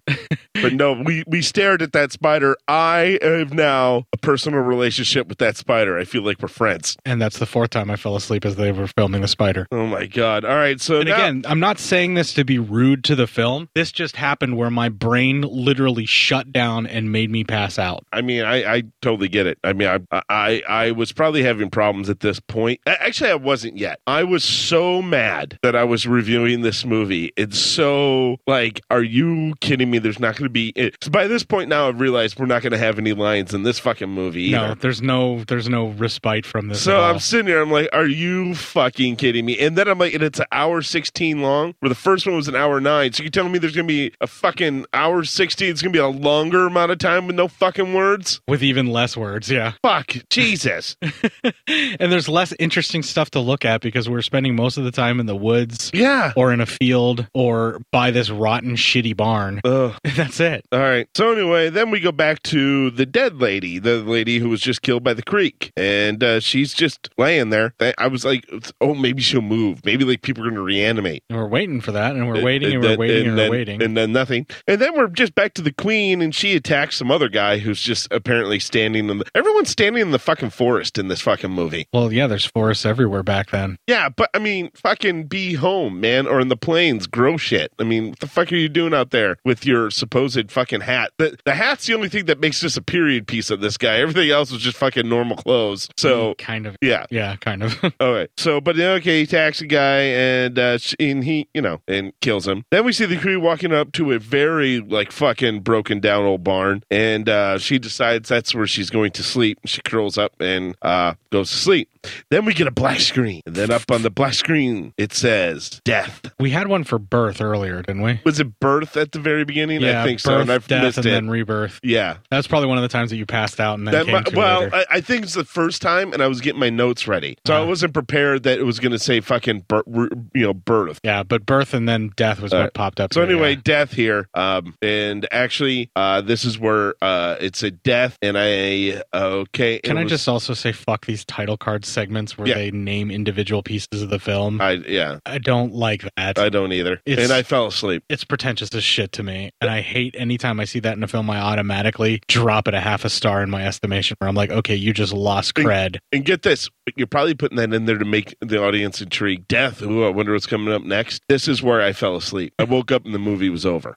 S8: but no, we we stared at that spider. I have now a personal relationship with that spider. I feel like we're friends.
S7: And that's the fourth time I fell asleep as they were filming the spider.
S8: Oh my god! All right, so
S7: and
S8: now-
S7: again, I'm not saying this to be rude to the film. This just happened where my brain literally shut down and made me pass out.
S8: I mean, I I totally get it. I mean, I I I was probably having problems at this point. Actually, I wasn't yet. I was so mad that I was reviewing this movie. It's so like, are you kidding me? There's not going to be eh, so by this point now i've realized we're not going to have any lines in this fucking movie
S7: no
S8: either.
S7: there's no there's no respite from this
S8: so i'm sitting here i'm like are you fucking kidding me and then i'm like and it's an hour 16 long where the first one was an hour 9 So you telling me there's gonna be a fucking hour sixty? It's gonna be a longer amount of time with no fucking words.
S7: with even less words. Yeah.
S8: Fuck Jesus.
S7: <laughs> and there's less interesting stuff to look at because we're spending most of the time in the woods,
S8: yeah,
S7: or in a field, or by this rotten, shitty barn. <laughs> That's it.
S8: All right. So anyway, then we go back to the dead lady, the lady who was just killed by the creek, and uh, she's just laying there. I- I was like, oh, maybe she'll move. Maybe like people are gonna reanimate.
S7: And we're waiting for that, and we're waiting, and we're
S8: then-
S7: waiting, and,
S8: then,
S7: we're waiting.
S8: and then nothing. And then we're just back to the queen, and she attacks some other guy who's just apparently standing in. The, everyone's standing in the fucking forest in this fucking movie.
S7: well, yeah, there's forests everywhere back then.
S8: Yeah, but I mean, fucking be home, man, or in the plains, grow shit. I mean, what the fuck are you doing out there with your supposed fucking hat? The, the hat's the only thing that makes this a period piece of this guy. Everything else is just fucking normal clothes. So
S7: kind of,
S8: yeah,
S7: yeah, kind of. <laughs>
S8: okay, so but then, okay, he attacks a guy and uh, sh- and he, you know, and kills him. Then we see the crew walking up to a very like fucking broken down old barn, and uh, she decides that's where she's going to sleep. She curls up and uh, goes to sleep. Then we get a black screen, and then up on the black screen it says death.
S7: We had one for birth earlier, didn't we?
S8: Was it birth at the very beginning?
S7: Yeah,
S8: I think
S7: birth,
S8: so, and I've
S7: death,
S8: missed
S7: and
S8: it.
S7: then rebirth.
S8: yeah.
S7: That's probably one of the times that you passed out and then
S8: That
S7: came
S8: mi-
S7: to
S8: well,
S7: later. Uh-huh.
S8: I, I think it's the first time, and I was getting my notes ready, so I wasn't prepared that it was going to say fucking, bir- re- you know, birth.
S7: yeah, but birth and then death was
S8: Uh,
S7: what popped up.
S8: So
S7: here,
S8: anyway,
S7: yeah.
S8: death here, um, and actually, uh, this is where uh, it's a death, and I okay.
S7: Can
S8: it
S7: I
S8: was-
S7: just also say fuck these title card segments where
S8: Yeah. Uh,
S7: they name individual pieces of the film?
S8: I yeah.
S7: I don't like that.
S8: I don't either,
S7: It's-
S8: and I fell asleep.
S7: It's pretentious as shit to me, and I hate anytime I see that in a film. I automatically drop it a half a star in my estimation, where I'm like, okay, you just lost cred.
S8: And get this, you're probably putting that in there to make the audience intrigued. Death. Ooh, I wonder what's coming up next. This is where I fell asleep. I woke up and the movie was
S7: <laughs>
S8: over.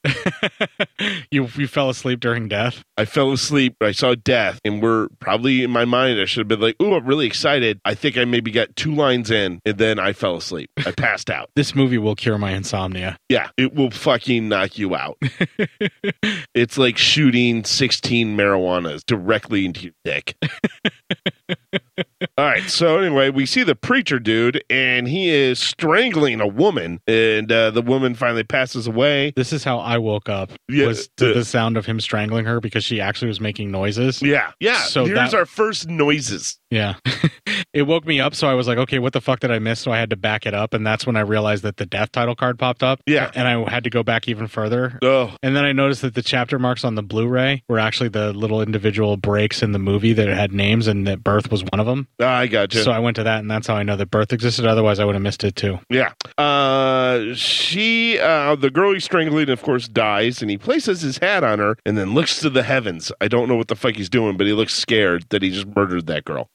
S7: You you fell asleep during death.
S8: I fell asleep. I saw death, and we're probably in my mind. I should have been like, "Ooh, I'm really excited." I think I maybe got two lines in, and then I fell asleep. I passed out.
S7: This movie will cure my insomnia. <laughs>
S8: Yeah, it will fucking knock you out. it's like shooting 16 marijuanas directly into your
S7: <laughs>
S8: dick. All right, so anyway, we see the preacher dude, and he is strangling a woman, and uh, the woman finally passes away.
S7: This is how I woke up.
S8: Yeah,
S7: was to
S8: uh,
S7: the sound of him strangling her because she actually was making noises.
S8: Yeah, yeah.
S7: So
S8: here's
S7: that-
S8: our first noises.
S7: Yeah. <laughs> it woke me up, so I was like, okay, what the fuck did I miss? So I had to back it up, and that's when I realized that the death title card popped up.
S8: Yeah.
S7: And I had to go back even further.
S8: Oh,
S7: And then I noticed that the chapter marks on the Blu ray were actually the little individual breaks in the movie that had names, and that birth was one of them.
S8: I got you.
S7: So I went to that, and that's how I know that birth existed. Otherwise, I would have missed
S8: <laughs>
S7: it too.
S8: Yeah. Uh, she, uh, the girl he's strangling, of course, dies, and he places his hat on her and then looks to the heavens. I don't know what the fuck he's doing, but he looks scared that he just murdered that girl.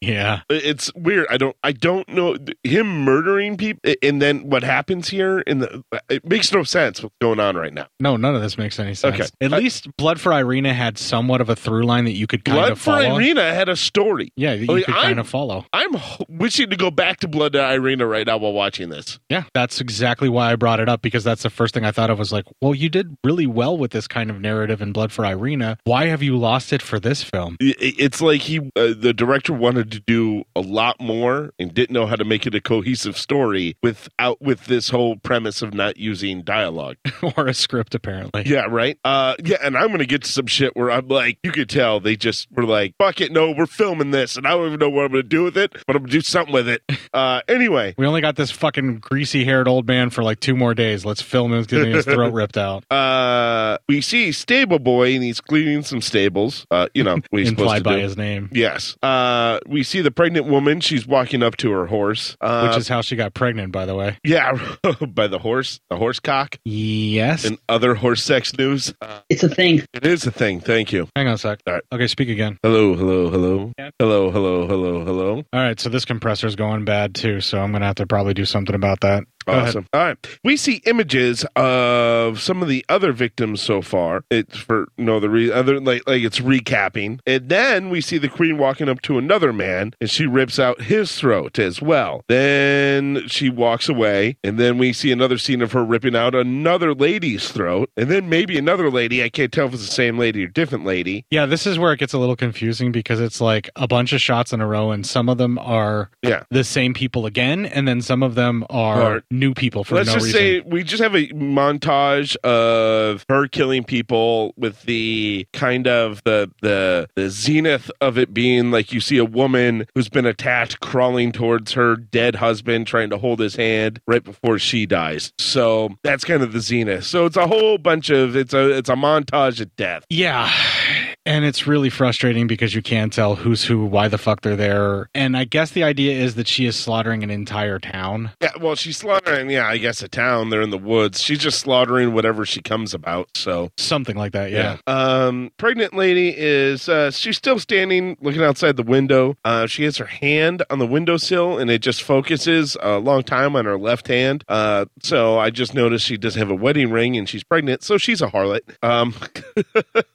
S7: yeah.
S8: It's weird. I don't. I don't know him murdering people, and then what happens here? In the uh, it makes no sense what's going on right now.
S7: No, none of this makes any sense.
S8: Okay.
S7: At
S8: I-
S7: least Blood for Irina had somewhat of a through line that you could kind
S8: Blood
S7: of
S8: for
S7: follow.
S8: Irina had a story.
S7: Yeah, that you
S8: Like,
S7: could
S8: I'm-
S7: kind of follow.
S8: I'm h- wishing to go back to Blood to Irina right now while watching this.
S7: Yeah, that's exactly why I brought it up because that's the first thing I thought of was like, well, you did really well with this kind of narrative in Blood for Irina. Why have you lost it for this film? <laughs>
S8: I- I- It's like he, uh, the director, wanted to do a lot more and didn't know how to make it a cohesive story without with this whole premise of not using dialogue.
S7: or a script, apparently.
S8: Yeah, right. Uh, yeah, and I'm gonna get to some shit where I'm like, you could tell they just were like, fuck it, no, we're filming this, and I don't even know what I'm gonna do with it, but I'm gonna do something with
S7: <laughs>
S8: it. Uh, anyway,
S7: We only got this fucking greasy haired old man for like two more days. Let's film him getting
S8: <laughs>
S7: his throat ripped out.
S8: uh, we see Stable Boy, and he's cleaning some stables. Uh, you know, what he's supposed to
S7: <laughs> Implied by
S8: do.
S7: his name.
S8: Yes. Uh, we see the pregnant woman. She's walking up to her horse, uh,
S7: Which is how she got pregnant, by the way.
S8: yeah, <laughs> by the horse, the horse cock,
S7: Yes.
S8: and other horse sex news. Uh,
S4: It's a thing.
S8: it is a thing. Thank you.
S7: Hang on a sec.
S8: All right.
S7: Okay, speak again.
S8: Hello, hello, hello,
S7: Yeah.
S8: hello, hello, hello, hello.
S7: All right, so this compressor's going bad too, so I'm gonna have to probably do something about that. Go ahead.
S8: Awesome. All right. We see images of some of the other victims so far. It's for no other reason other like like it's recapping. And then we see the queen walking up to another man and she rips out his throat as well. Then she walks away and then we see another scene of her ripping out another lady's throat and then maybe another lady. I can't tell if it's the same lady or different lady.
S7: Yeah, this is where it gets a little confusing because it's like a bunch of shots in a row, and some of them are
S8: Yeah.
S7: the same people again, and then some of them are
S8: Are
S7: new people for
S8: Let's
S7: no
S8: just
S7: reason.
S8: say we just have a montage of her killing people with the kind of the the the zenith of it being like you see a woman who's been attacked crawling towards her dead husband trying to hold his hand right before she dies. So that's kind of the zenith. So it's a whole bunch of it's a it's a montage of death.
S7: yeah. And it's really frustrating because you can't tell who's who, why the fuck they're there. And I guess the idea is that she is slaughtering an entire town.
S8: Yeah, well, she's slaughtering. Yeah, I guess a town. They're in the woods. She's just slaughtering whatever she comes about. So
S7: something like that. yeah.
S8: Um, pregnant lady is uh, she's still standing, looking outside the window. Uh, she has her hand on the windowsill, and it just focuses a long time on her left hand. Uh, so I just noticed she does have a wedding ring, and she's pregnant, so she's a harlot. Um,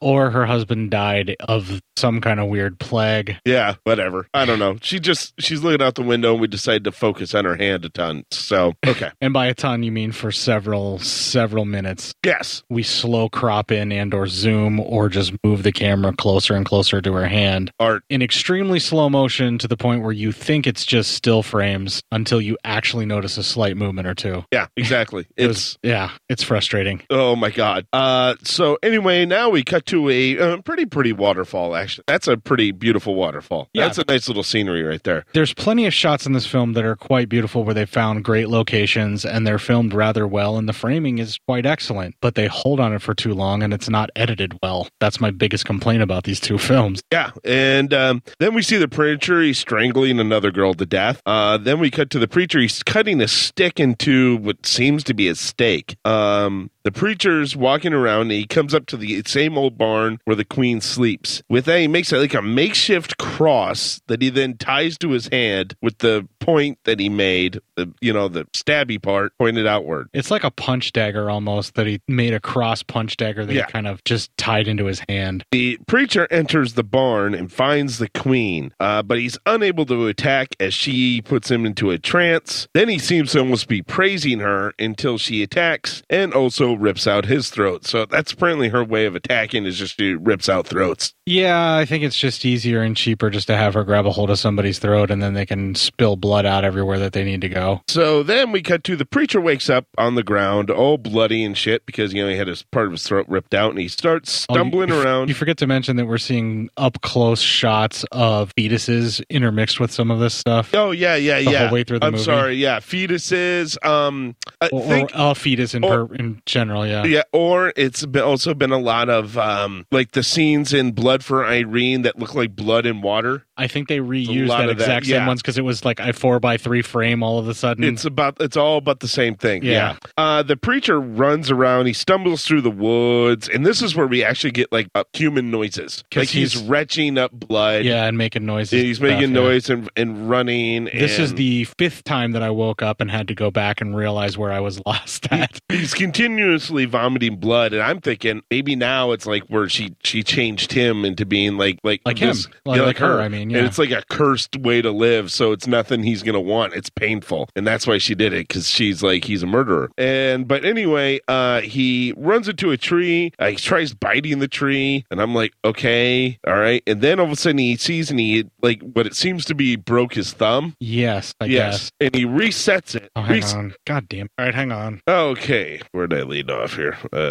S7: Or her husband died of some kind of weird plague.
S8: yeah, whatever. I don't know. She just she's looking out the window, and we decide to focus on her hand a ton. So okay.
S7: And by a ton, you mean for several, several minutes.
S8: Yes.
S7: We slow crop in and or zoom or just move the camera closer and closer to her hand.
S8: Art.
S7: In extremely slow motion to the point where you think it's just still frames until you actually notice a slight movement or two.
S8: Yeah, exactly.
S7: It was- yeah, it's frustrating.
S8: Oh my god. Uh, so anyway, now we cut to a uh, pretty pretty waterfall. Actually, that's a pretty beautiful waterfall.
S7: Yeah.
S8: That's a nice little scenery right there.
S7: There's plenty of shots in this film that are quite beautiful where they found great locations and they're filmed rather well and the framing is quite excellent, but they hold on it for too long and it's not edited well. That's my biggest complaint about these two <laughs> films.
S8: Yeah, and um, then we see the preacher he's strangling another girl to death. Uh, then we cut to the preacher he's cutting a stick into what seems to be a stake. Um, the preacher's walking around and he comes up to the same old barn where the queen sleeps. With that, he makes like a makeshift cross that he then ties to his hand with the point that he made. The you know the stabby part pointed outward.
S7: It's like a punch dagger almost that he made a cross punch dagger that
S8: Yeah.
S7: he kind of just tied into his hand.
S8: The preacher enters the barn and finds the queen, uh, but he's unable to attack as she puts him into a trance. Then he seems to almost be praising her until she attacks and also rips out his throat. So that's apparently her way of attacking is just she rips out throats.
S7: Yeah, I think it's just easier and cheaper just to have her grab a hold of somebody's throat and then they can spill blood out everywhere that they need to go.
S8: So then we cut to the preacher wakes up on the ground, all bloody and shit, because you know he had his part of his throat ripped out, and he starts
S7: Oh, you-
S8: stumbling
S7: you f-
S8: around.
S7: You forget to mention that we're seeing up close shots of fetuses intermixed with some of this stuff.
S8: Oh yeah, yeah,
S7: The
S8: yeah.
S7: whole way through the
S8: I'm
S7: movie.
S8: sorry. Yeah, fetuses. Um, I
S7: Or,
S8: think-
S7: or a fetus in,
S8: or-
S7: per, in general, yeah.
S8: Yeah, or it's been also been a lot of um, like the scenes in Blood for Irene that look like blood and water.
S7: I think they
S8: a
S7: reused
S8: lot
S7: that
S8: of that,
S7: exact
S8: yeah.
S7: same ones because it was like a four by three frame all of a sudden.
S8: It's about it's all about the same thing.
S7: Mm. Yeah.
S8: Yeah. Uh, the preacher runs around. He stumbles through the woods, and this is where we actually get like uh, human noises.
S7: 'Cause
S8: Like he's,
S7: he's-
S8: retching up blood.
S7: yeah, and making noises.
S8: He's
S7: and stuff,
S8: making
S7: yeah.
S8: noise and, and running.
S7: This is
S8: and-
S7: the fifth time that I woke up and had to go back and realize where I was <laughs> lost at.
S8: he's continuously vomiting blood and i'm thinking maybe now it's like where she she changed him into being like like
S7: Like him. Like- like her, I mean, yeah.
S8: and it's like a cursed way to live so it's nothing he's gonna want it's painful and that's why she did it because she's like he's a murderer and but anyway uh he runs into a tree uh, he tries biting the tree and i'm like okay all right and then all of a sudden he sees and he like what it seems to be broke his thumb
S7: Yes, I guess.
S8: and he resets it
S7: Oh, hang
S8: Res-
S7: on. God damn. All right, hang on.
S8: Okay, where'd I lead off here? Uh,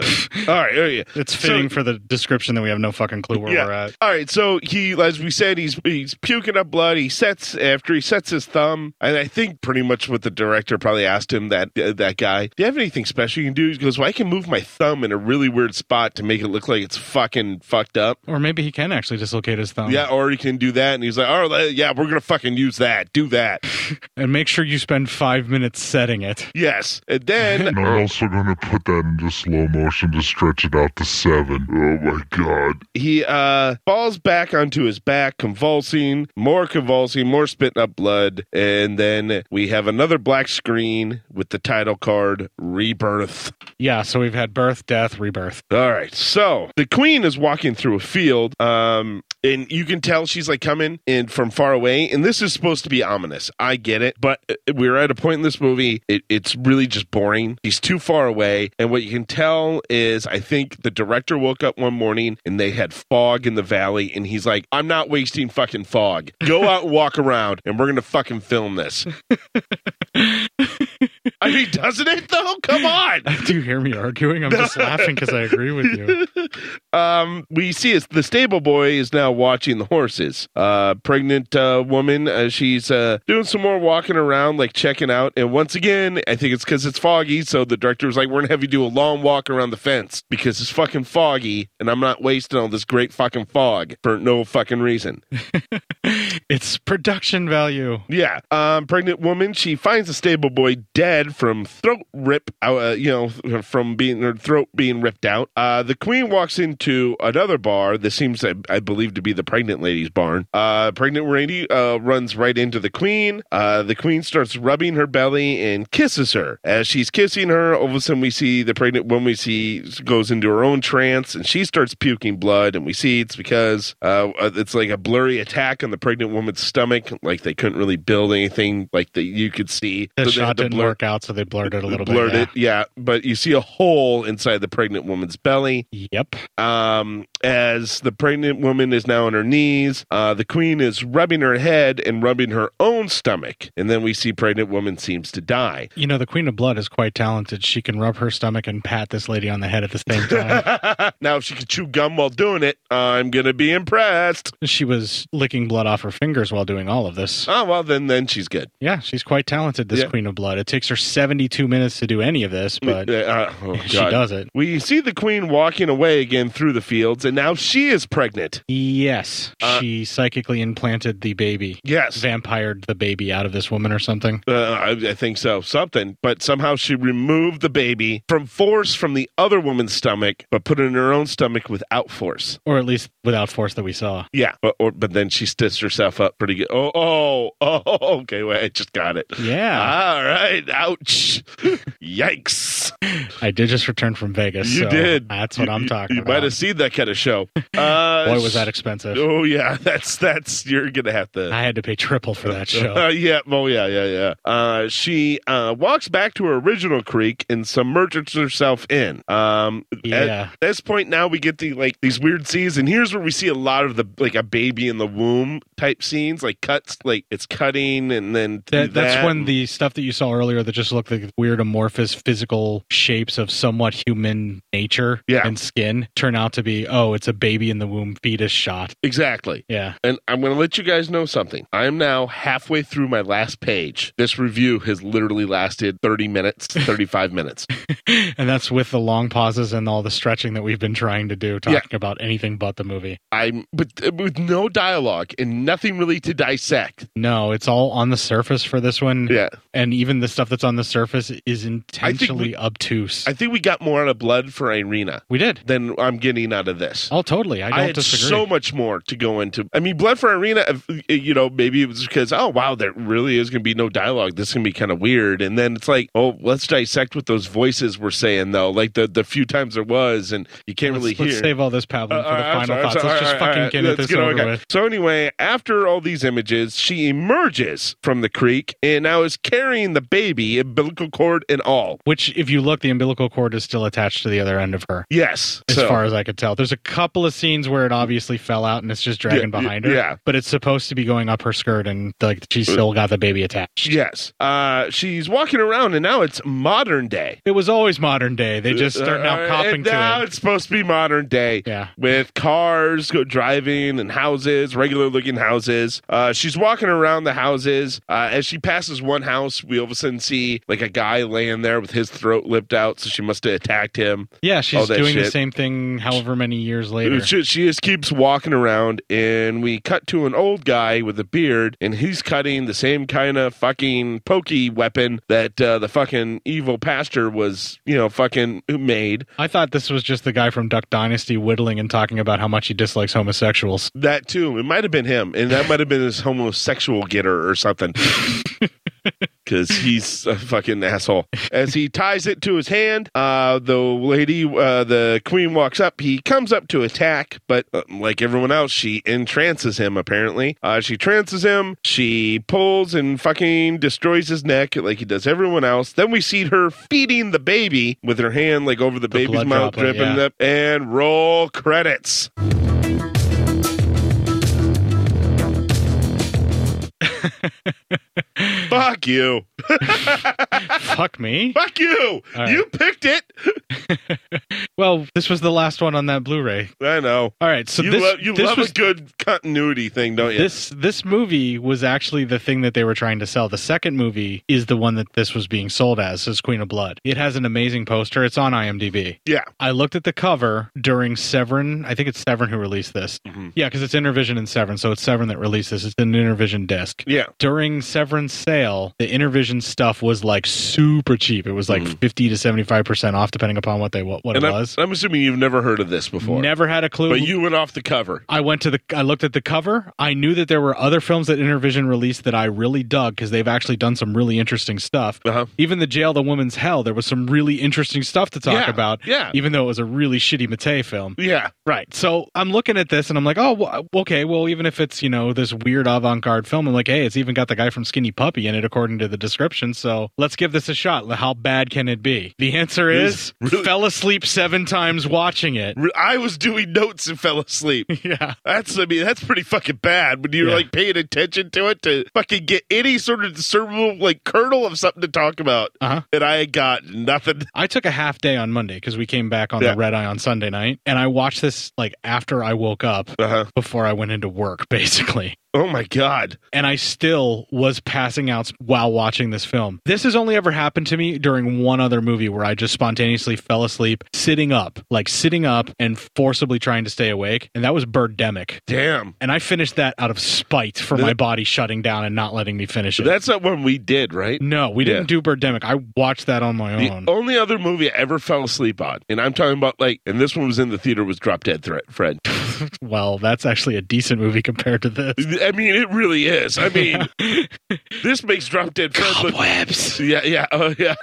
S8: all right, oh yeah,
S7: <laughs> It's fitting for the description that we have no fucking clue where
S8: yeah.
S7: we're at.
S8: All right, so he, as we said, he's he's puking up blood. He sets after he sets his thumb, and I think pretty much what the director probably asked him that uh, that guy, do you have anything special you can do? He goes, well, I can move my thumb in a really weird spot to make it look like it's fucking fucked up.
S7: Or maybe he can actually dislocate his thumb.
S8: yeah, or he can do that, and he's like, all right, yeah, we're gonna fucking use that. Do that.
S7: And make sure you spend five minutes setting it.
S8: yes, and then
S10: And I'm also going to put that into slow motion to stretch it out to seven. Oh my god.
S8: he uh falls back onto his back convulsing more convulsing more spitting up blood and then we have another black screen with the title card rebirth
S7: Yeah, so we've had birth, death, rebirth. <laughs>
S8: all right so the queen is walking through a field um and you can tell she's like coming in from far away and this is supposed to be ominous i get it but uh, we're at a point in this movie it, it's really just boring he's too far away and what you can tell is i think the director woke up one morning and they had fog in the valley and he's like i'm not wasting fucking fog go out and walk around and we're gonna fucking film this I mean, doesn't it though? Come on.
S7: Do you hear me arguing? I'm just laughing because I agree with
S8: <laughs>
S7: you.
S8: Um, we see it's the stable boy is now watching the horses. Uh, pregnant uh, woman, uh, she's uh, doing some more walking around, like checking out. And once again, I think it's because it's foggy. So the director was like, "We're gonna have you do a long walk around the fence because it's fucking foggy, and I'm not wasting all this great fucking fog for no fucking reason."
S7: It's production value.
S8: Yeah. Um, pregnant woman, she finds a stable boy dead from throat rip, uh, you know, from being her throat being ripped out. Uh, the queen walks into another bar that seems, I, I believe, to be the pregnant lady's barn. Uh, pregnant lady uh, runs right into the queen. Uh, the queen starts rubbing her belly and kisses her. As she's kissing her, all of a sudden we see the pregnant woman we see goes into her own trance and she starts puking blood. And we see it's because uh, it's like a blurry attack on the pregnant woman's stomach. Like they couldn't really build anything like that you could see. So they
S7: The
S8: had
S7: shot
S8: to
S7: didn't
S8: blur-
S7: work out, so they blurred it a little
S8: blurred
S7: bit.
S8: it, yeah. But you see a hole inside the pregnant woman's belly.
S7: Yep.
S8: Um, as the pregnant woman is now on her knees, uh, the queen is rubbing her head and rubbing her own stomach, and then we see pregnant woman seems to die.
S7: You know, the Queen of Blood is quite talented. She can rub her stomach and pat this lady on the head at the same time.
S8: <laughs> now, if she could chew gum while doing it, I'm gonna be impressed.
S7: she was licking blood off her fingers while doing all of this.
S8: Oh well, then then she's good.
S7: Yeah, she's quite talented, this
S8: Yeah.
S7: Queen of Blood. It takes her 72 minutes to do any of this, but
S8: Uh, oh,
S7: she
S8: God.
S7: does it.
S8: We see the queen walking away again through the fields, and now she is pregnant.
S7: Yes, she psychically implanted the baby.
S8: Uh, Yes.
S7: Vampired the baby out of this woman or something.
S8: Uh, I, I think so, something. But somehow she removed the baby from force from the other woman's stomach, but put it in her own stomach without force.
S7: Or at least without force that we saw.
S8: Yeah, but or, but then she stitched herself up pretty good. Oh, oh, oh, <laughs> okay. Wait, I just got it.
S7: Yeah.
S8: All right. Ouch. <laughs> Yikes.
S7: I did just return from Vegas.
S8: You
S7: so
S8: did.
S7: That's what I'm talking
S8: You
S7: about.
S8: might have seen that kind of show. Uh,
S7: Boy, was that expensive.
S8: <laughs> Oh yeah, that's that's you're gonna have to.
S7: I had to pay triple for
S8: <laughs>
S7: that show.
S8: Uh, yeah. Oh, yeah, yeah, yeah. Uh, she uh, walks back to her original creek and submerges herself in. Um,
S7: Yeah.
S8: At this point, now we get the like these weird scenes, and here's where we see a lot of the like a baby in the womb type scenes, like cuts, like it's cutting, and then
S7: That, that's
S8: that.
S7: when the stuff that you saw earlier that just looked like weird amorphous physical shapes of somewhat human nature and skin turn out to be oh it's a baby in the womb fetus shot
S8: Exactly.
S7: Yeah. <laughs>
S8: And I'm going to let you guys know something. I am now halfway through my last page. This review has literally lasted 30 minutes, 35
S7: <laughs>
S8: minutes.
S7: and that's with the long pauses and all the stretching that we've been trying to do talking about anything but the movie
S8: I'm but uh, with no dialogue and nothing really to dissect.
S7: no it's all on the surface for this one
S8: yeah
S7: and even the stuff that's on the surface is
S8: I think
S7: intentionally
S8: we-
S7: obtuse
S8: I think we got more out of blood for Irina.
S7: We did.
S8: Than I'm getting out of this.
S7: Oh, totally. I don't
S8: had
S7: disagree.
S8: so much more to go into. I mean, blood for Irina. if- You know, maybe it was because oh wow, there really is going to be no dialogue. This is going to be kind of weird. And then it's like, oh, let's dissect what those voices were saying though. Like the the few times there was, and you can't
S7: let's,
S8: really hear.
S7: let's save all this pablum for
S8: Uh,
S7: the
S8: I'm
S7: final
S8: sorry, I'm
S7: thoughts
S8: sorry.
S7: let's just
S8: All right,
S7: fucking
S8: all right,
S7: get
S8: let's
S7: this
S8: get
S7: over
S8: okay.
S7: with
S8: So anyway, after all these images, she emerges from the creek and now is carrying the baby, umbilical cord and all.
S7: which if you look the umbilical cord is still attached to the other end of her
S8: Yes.
S7: as
S8: so-
S7: far as I could tell. There's a couple of scenes where it obviously fell out and it's just dragging
S8: Yeah,
S7: behind
S8: yeah,
S7: her.
S8: yeah. Uh,
S7: But it's supposed to be going up her skirt and like she's still got the baby attached.
S8: Yes. Uh, she's walking around, and now it's modern day.
S7: It was always modern day. They just start now
S8: Uh,
S7: copping
S8: and
S7: to
S8: now
S7: it.
S8: it's supposed to be modern day.
S7: Yeah.
S8: With cars go driving and houses, regular looking houses. Uh, she's walking around the houses. Uh, as she passes one house, we all of a sudden see like a guy laying there with his throat lipped out, so she must have attacked him.
S7: Yeah,
S8: All
S7: she's
S8: that
S7: doing the
S8: shit.
S7: same thing however many years later.
S8: She, she just keeps walking around, and we cut to an old guy with a beard, and he's cutting the same kind of fucking pokey weapon that uh, the fucking evil pastor was, you know, fucking made.
S7: I thought this was just the guy from Duck Dynasty whittling and talking about how much he dislikes homosexuals.
S8: That too. It might have been him, and that might have been his homosexual getter or something.
S7: <laughs>
S8: Because he's a fucking asshole. As he ties it to his hand, uh, the lady, uh, the queen walks up. He comes up to attack, but uh, like everyone else, she entrances him, apparently. Uh, she trances him. She pulls and fucking destroys his neck like he does everyone else. Then we see her feeding the baby with her hand, like over the, baby's
S7: blood
S8: mouth,
S7: droplet,
S8: dripping
S7: yeah.
S8: up. And roll credits. Fuck you.
S7: Fuck
S8: <laughs>
S7: me.
S8: Fuck you.
S7: All right.
S8: You picked it. <laughs>
S7: Well, this was the last one on that Blu-ray.
S8: I know.
S7: All right, so
S8: you
S7: this-
S8: love you
S7: this
S8: love
S7: was-
S8: a good continuity thing, don't you?
S7: This this movie was actually the thing that they were trying to sell. The second movie is the one that this was being sold as, is Queen of Blood. It has an amazing poster. It's on IMDb.
S8: Yeah.
S7: I looked at the cover during Severn. I think it's Severn who released this.
S8: Mm-hmm.
S7: Yeah, because it's Intervision and Severn, so it's Severn that released this. It's an Intervision disc.
S8: Yeah.
S7: During Severn's sale, the Intervision stuff was like super cheap. It was like fifty to seventy five percent off, depending upon what they what, what it
S8: Mm-hmm. and I'm,
S7: was.
S8: I'm assuming you've never heard of this before.
S7: Never had a clue.
S8: But you went off the cover.
S7: I went to the I looked at the cover. I knew that there were other films that Intervision released that I really dug because they've actually done some really interesting stuff.
S8: Uh-huh.
S7: Even the Jail, the Woman's Hell, there was some really interesting stuff to talk
S8: Yeah,
S7: about.
S8: yeah.
S7: Even though it was a really shitty Matei film.
S8: Yeah.
S7: Right. So I'm looking at this and I'm like, oh, well, okay. Well, even if it's you know this weird avant-garde film, I'm like, hey, it's even got the guy from Skinny Puppy in it according to the description. So let's give this a shot. How bad can it be? The answer is fell asleep seven times watching it.
S8: Re- I was doing notes and fell asleep.
S7: <laughs> yeah.
S8: That's I mean, that's pretty fucking bad when you're
S7: Yeah.
S8: like paying attention to it to fucking get any sort of discernible like kernel of something to talk about.
S7: Uh-huh.
S8: And I got nothing. <laughs>
S7: I took a half day on Monday because we came back on
S8: Yeah.
S7: the red eye on Sunday night, and I watched this like after I woke up before I went into work, <laughs> basically.
S8: Uh-huh. Oh my god!
S7: And I still was passing out while watching this film. This has only ever happened to me during one other movie where I just spontaneously fell asleep sitting up, like sitting up and forcibly trying to stay awake, and that was Birdemic.
S8: Damn.
S7: And I finished that out of spite for my body shutting down and not letting me finish it.
S8: That's not one we did, right?
S7: no, we didn't do Birdemic. I watched that on my
S8: The
S7: own.
S8: only other movie I ever fell asleep on, and I'm talking about like, and this one was in the theater was Drop Dead Threat, Fred.
S7: Well, that's actually a decent movie <laughs> compared to this.
S8: I mean, it really is. I mean, this makes Drop Dead Fred look. Yeah, yeah, <laughs> oh yeah.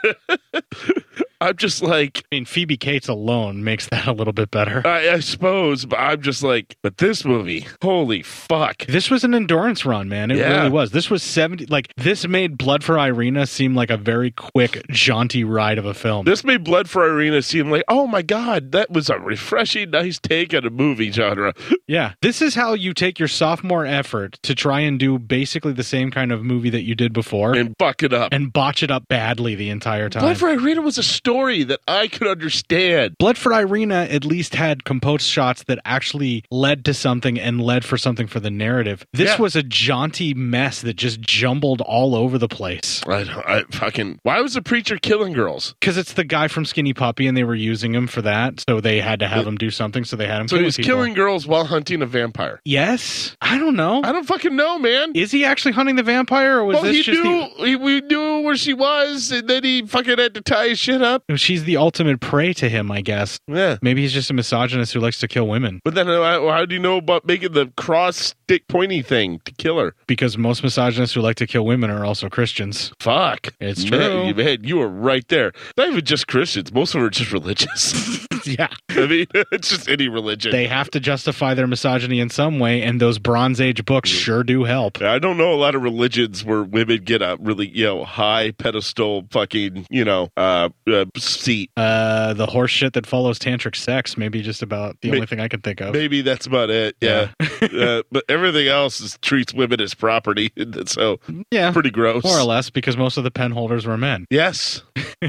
S8: I'm just like,
S7: I mean, Phoebe Cates alone makes that a little bit better.
S8: I, I suppose, but I'm just like, but this movie, holy fuck!
S7: This was an endurance run, man. It
S8: Yeah.
S7: really was. This was 70. Like, this made Blood for Irina seem like a very quick, jaunty ride of a film.
S8: This made Blood for Irina seem like, oh my god, that was a refreshing, nice take on a movie genre.
S7: yeah. This is how you take your sophomore effort to try and do basically the same kind of movie that you did before
S8: and buck it up
S7: and botch it up badly the entire time.
S8: Blood for Irina was a story that I could understand.
S7: Blood for Irina at least had composed shots that actually led to something and led for something for the narrative. This
S8: Yeah.
S7: was a jaunty mess that just jumbled all over the place.
S8: I, don't- I fucking. Why was the preacher killing girls?
S7: Because it's the guy from Skinny Puppy, and they were using him for that, so they had to have him do something. So they had him.
S8: So he
S7: killing
S8: was
S7: people.
S8: killing girls while hunting a vampire.
S7: Yes, I don't know. I
S8: don't fucking know, man.
S7: Is he actually hunting the vampire, or was
S8: well,
S7: this
S8: he
S7: just
S8: knew he, we knew where she was, and then he fucking had to tie his shit up.
S7: the? She's the ultimate prey to him, I guess.
S8: Yeah.
S7: Maybe he's just a misogynist who likes to kill women.
S8: But then, how, how do you know about making the cross stick pointy thing to kill her?
S7: Because most misogynists who like to kill women are also Christians. <laughs>
S8: Fuck,
S7: it's true.
S8: Man, you- man, you were right there. Not even just Christians; most of them are just <laughs> religious.
S7: yeah,
S8: I mean, <laughs> it's just any religion.
S7: They have to justify their misogyny in some way, and those Bronze Age books sure do help.
S8: I don't know a lot of religions where women get a really you know high pedestal fucking you know uh, uh seat.
S7: Uh, the horse shit that follows tantric sex may be just about the
S8: May-
S7: only thing I can think of.
S8: Maybe that's about it. Yeah, <laughs> uh, but everything else is, treats women as property. <laughs> So
S7: yeah,
S8: pretty gross.
S7: More or less, because most of the pen holders were men. <laughs>
S8: Yes.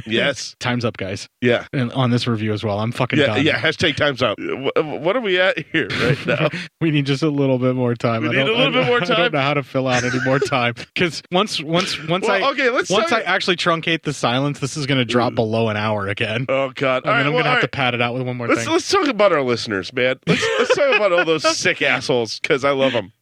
S8: Yes.
S7: Times up, guys.
S8: Yeah.
S7: And on this review as well. I'm fucking
S8: Yeah,
S7: done.
S8: yeah. Hashtag times out. Wh- uh, What are we at here right
S7: <laughs>
S8: now?
S7: We need just a little bit more time.
S8: We
S7: I
S8: need
S7: don't-
S8: a little
S7: I-
S8: bit more
S7: I
S8: time?
S7: don't know how to fill out any
S8: <laughs>
S7: more time because once, once, once
S8: Well,
S7: I
S8: okay, let's
S7: once
S8: talk-
S7: I actually truncate the silence, this is going to drop below an hour again.
S8: Oh God!
S7: I mean,
S8: All right,
S7: I'm
S8: well,
S7: going to
S8: all
S7: have to
S8: right.
S7: pat it out with one more
S8: Let's
S7: thing.
S8: let's talk about our listeners, man. Let's let's talk about all those
S7: <laughs>
S8: sick assholes because I love them.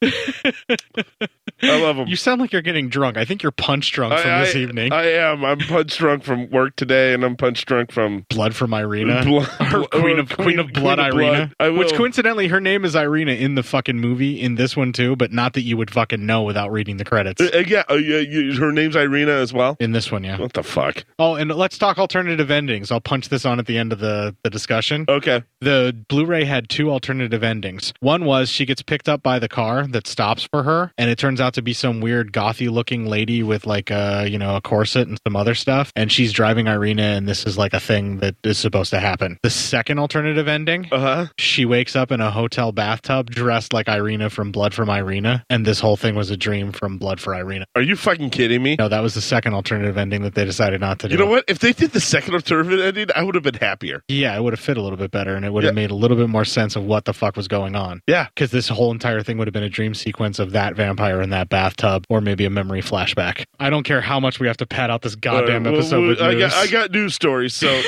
S8: I love them.
S7: You sound like you're getting drunk. I think you're punch drunk from
S8: I,
S7: this
S8: I-
S7: evening.
S8: I am. I'm punch drunk from work today, and I'm punch drunk from
S7: blood from Irina, <laughs>
S8: Blood,
S7: Or Uh, Queen of Queen, of Blood, Irina.
S8: I will.
S7: Which coincidentally, her name is Irina in the fucking movie in this one too, but not that you would fucking know without reading the credits
S8: Uh, uh, yeah, uh, yeah, you- her name's Irina as well.
S7: in this one. Yeah.
S8: What the fuck?
S7: Oh, and let's talk alternative endings. I'll punch this on at the end of the, the discussion.
S8: Okay.
S7: The Blu ray had two alternative endings. One was she gets picked up by the car that stops for her, and it turns out to be some weird gothy looking lady with like a, you know, a corset and some other stuff. And she's driving Irina, and this is like a thing that is supposed to happen. The second alternative ending,
S8: uh-huh.
S7: she wakes up in a hotel bathtub dressed like Irina from Blood from Irina, and this whole thing was a dream from Blood for Irina.
S8: Are you fucking kidding me?
S7: No, that was the second alternative ending that they decided not to do.
S8: You know what? If they did the second or third ending, I would have been happier.
S7: Yeah, it would have fit a little bit better and it would have made a little bit more sense of what the fuck was going on.
S8: Yeah.
S7: Because this whole entire thing would have been a dream sequence of that vampire in that bathtub or maybe a memory flashback. I don't care how much we have to pad out this goddamn
S8: Uh, well,
S7: episode
S8: well,
S7: with
S8: I
S7: news.
S8: got I got news stories, so
S7: <laughs>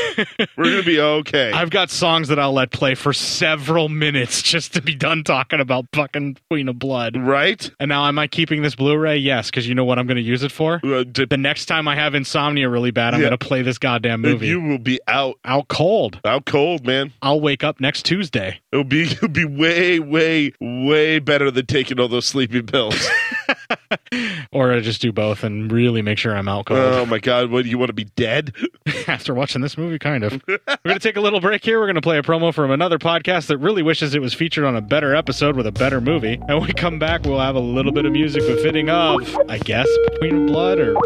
S8: we're gonna be okay.
S7: I've got songs that I'll let play for several minutes <laughs> just to be done talking about fucking Queen of Blood.
S8: Right?
S7: And now, am I keeping this Blu ray? Yes, because you know what I'm going to use it for?
S8: Uh,
S7: the next time I have insomnia really bad, I'm
S8: Yeah.
S7: going to play this goddamn
S8: And
S7: movie.
S8: you will be out
S7: out cold.
S8: Out cold, man.
S7: I'll wake up next Tuesday.
S8: It'll be <laughs> it'll be way, way, way better than taking all those sleeping pills.
S7: Or I just do both and really make sure I'm out cold.
S8: Oh my god, what do you want to be dead?
S7: <laughs> After watching this movie, kind of. We're going to take a little break here. We're going to play a promo from another podcast that really wishes it was featured on a better episode with a better movie. And when we come back, we'll have a little bit of music befitting of, I guess, Queen of Blood or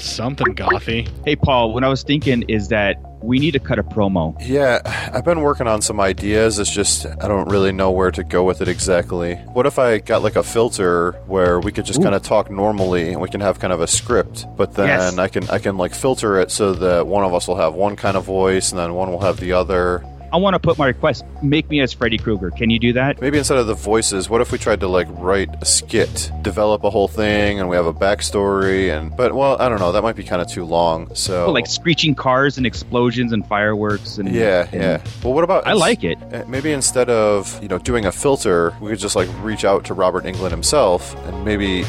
S7: something gothy.
S11: Hey, Paul, what I was thinking is that we need to cut a promo.
S12: Yeah, I've been working on some ideas. It's just I don't really know where to go with it exactly. What if I got like a filter where we could just kind of talk normally and we can have kind of a script, but then
S13: Yes.
S12: I can I can like filter it so that one of us will have one kind of voice and then one will have the other.
S11: I want to put my request. Make me as Freddy Krueger. Can you do that?
S12: Maybe instead of the voices, what if we tried to like write a skit, develop a whole thing, and we have a backstory and but well, I don't know, that might be kind of too long. So
S11: Oh, like screeching cars and explosions and fireworks and
S12: Yeah,
S11: and-
S12: yeah. Well, what about?
S11: I like it.
S12: Uh, Maybe instead of you know doing a filter, we could just like reach out to Robert England himself, and maybe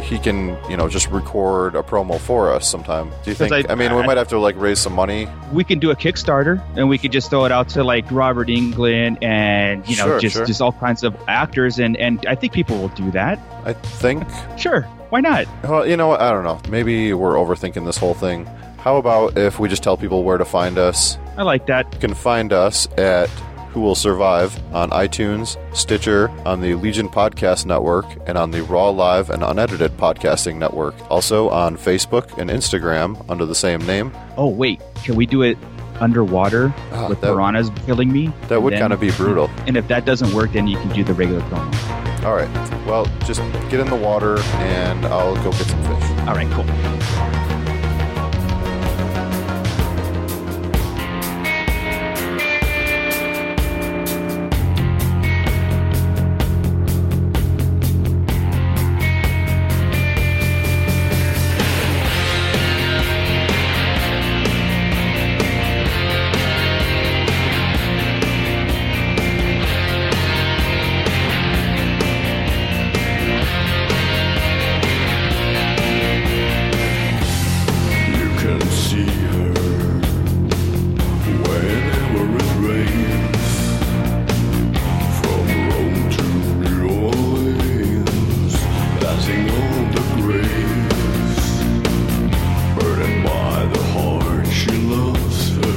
S12: he can you know just record a promo for us sometime. Do you
S11: Because
S12: think?
S11: I-
S12: I, mean, we
S11: I-
S12: might have to like raise some money.
S11: We can do a Kickstarter and we could just throw it out to like Robert England and you know
S12: Sure,
S11: just
S12: sure.
S11: just all kinds of actors and and I think people will do that.
S12: I think.
S11: sure. Why not?
S12: Well, you know, what? I don't know. Maybe we're overthinking this whole thing. How about if we just tell people where to find us?
S11: I like that.
S12: You can find us at Who Will Survive on iTunes, Stitcher, on the Legion Podcast Network, and on the Raw Live and Unedited Podcasting Network. Also on Facebook and Instagram under the same name.
S11: Oh wait, can we do it underwater
S12: Ah,
S11: with
S12: that-
S11: piranhas killing me?
S12: that would
S11: And then-
S12: kinda be brutal.
S11: <laughs> And if that doesn't work, then you can do the regular promo.
S12: All right. Well, just get in the water and I'll go get some fish.
S11: All right, cool.
S13: You can see her whenever it rains. From Rome to New Orleans, passing on the graves. Burdened by the heart, she loves her.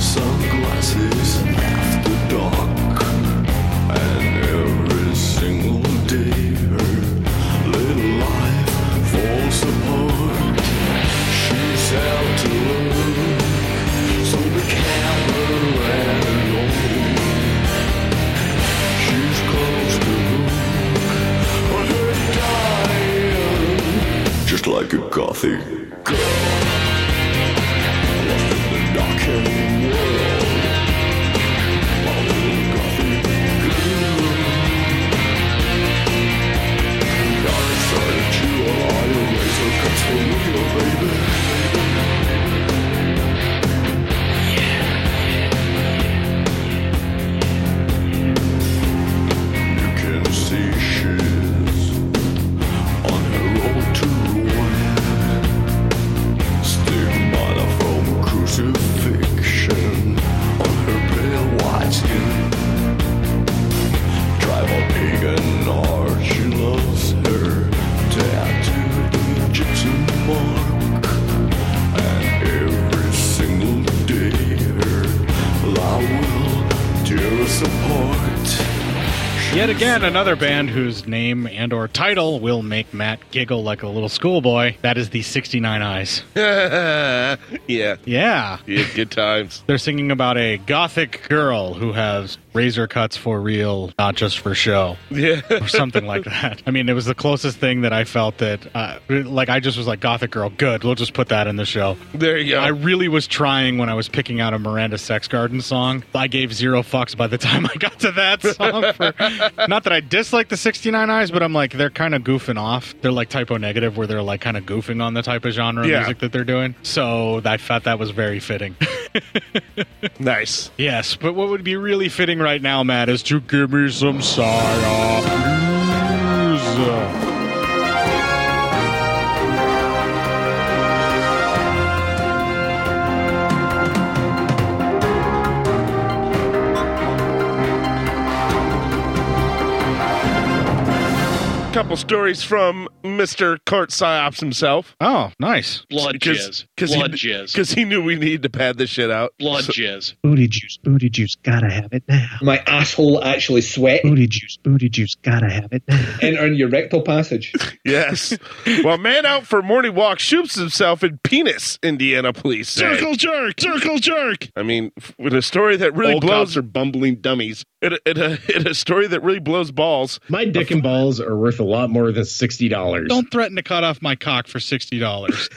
S13: Sunglasses after dark. And every single day, her little life falls apart. She's out to look, so the camera and on. She's close to look, but her dying, just like a gothic girl. Lost in the darkened world, a little gothic girl. I started to lie, erase her cuts from your baby. You can see she's on her road to ruin. Stigmata from crucifixion
S7: Yet again, another band whose name and or title will make Matt giggle like a little schoolboy. That is the 69 Eyes.
S8: yeah.
S7: Yeah.
S8: Yeah, good times.
S7: They're singing about a gothic girl who has razor cuts for real, not just for show.
S8: Yeah.
S7: or something like that. I mean, it was the closest thing that I felt that, uh, like, I just was like, Gothic Girl, good. We'll just put that in the show.
S8: There you go.
S7: I really was trying when I was picking out a Miranda Sex Garden song. I gave zero fucks by the time I got to that <laughs> song. For, not that I dislike the 69 Eyes, but I'm like, they're kind of goofing off. They're like typo negative, where they're like kind of goofing on the type of genre of
S8: Yeah.
S7: music that they're doing. So I thought that was very fitting. <laughs>
S8: nice.
S7: Yes, but what would be really fitting right now, Matt, is to give me some psyop news.
S8: couple stories from Mr. Court Psyops himself.
S7: Oh, nice.
S8: Blood
S14: jizz. Blood jizz.
S8: Because he knew we needed to pad this shit out.
S14: Blood jizz.
S15: Booty juice, booty juice, gotta have it now.
S14: My asshole actually sweat.
S15: Booty juice, booty juice, gotta have it now.
S14: Enter in your rectal passage.
S8: Yes. well, man out for morning walk shoots himself in penis, Indiana police say.
S16: Circle jerk, circle jerk.
S8: I mean, f- with a story that really
S16: All
S8: blows
S16: cops are bumbling dummies.
S8: in a, in <laughs> a, in a story that really blows
S16: <laughs>
S8: balls.
S16: My dick and balls are worth a lot more than sixty dollars.
S7: <laughs> Don't threaten to cut off my cock for sixty dollars.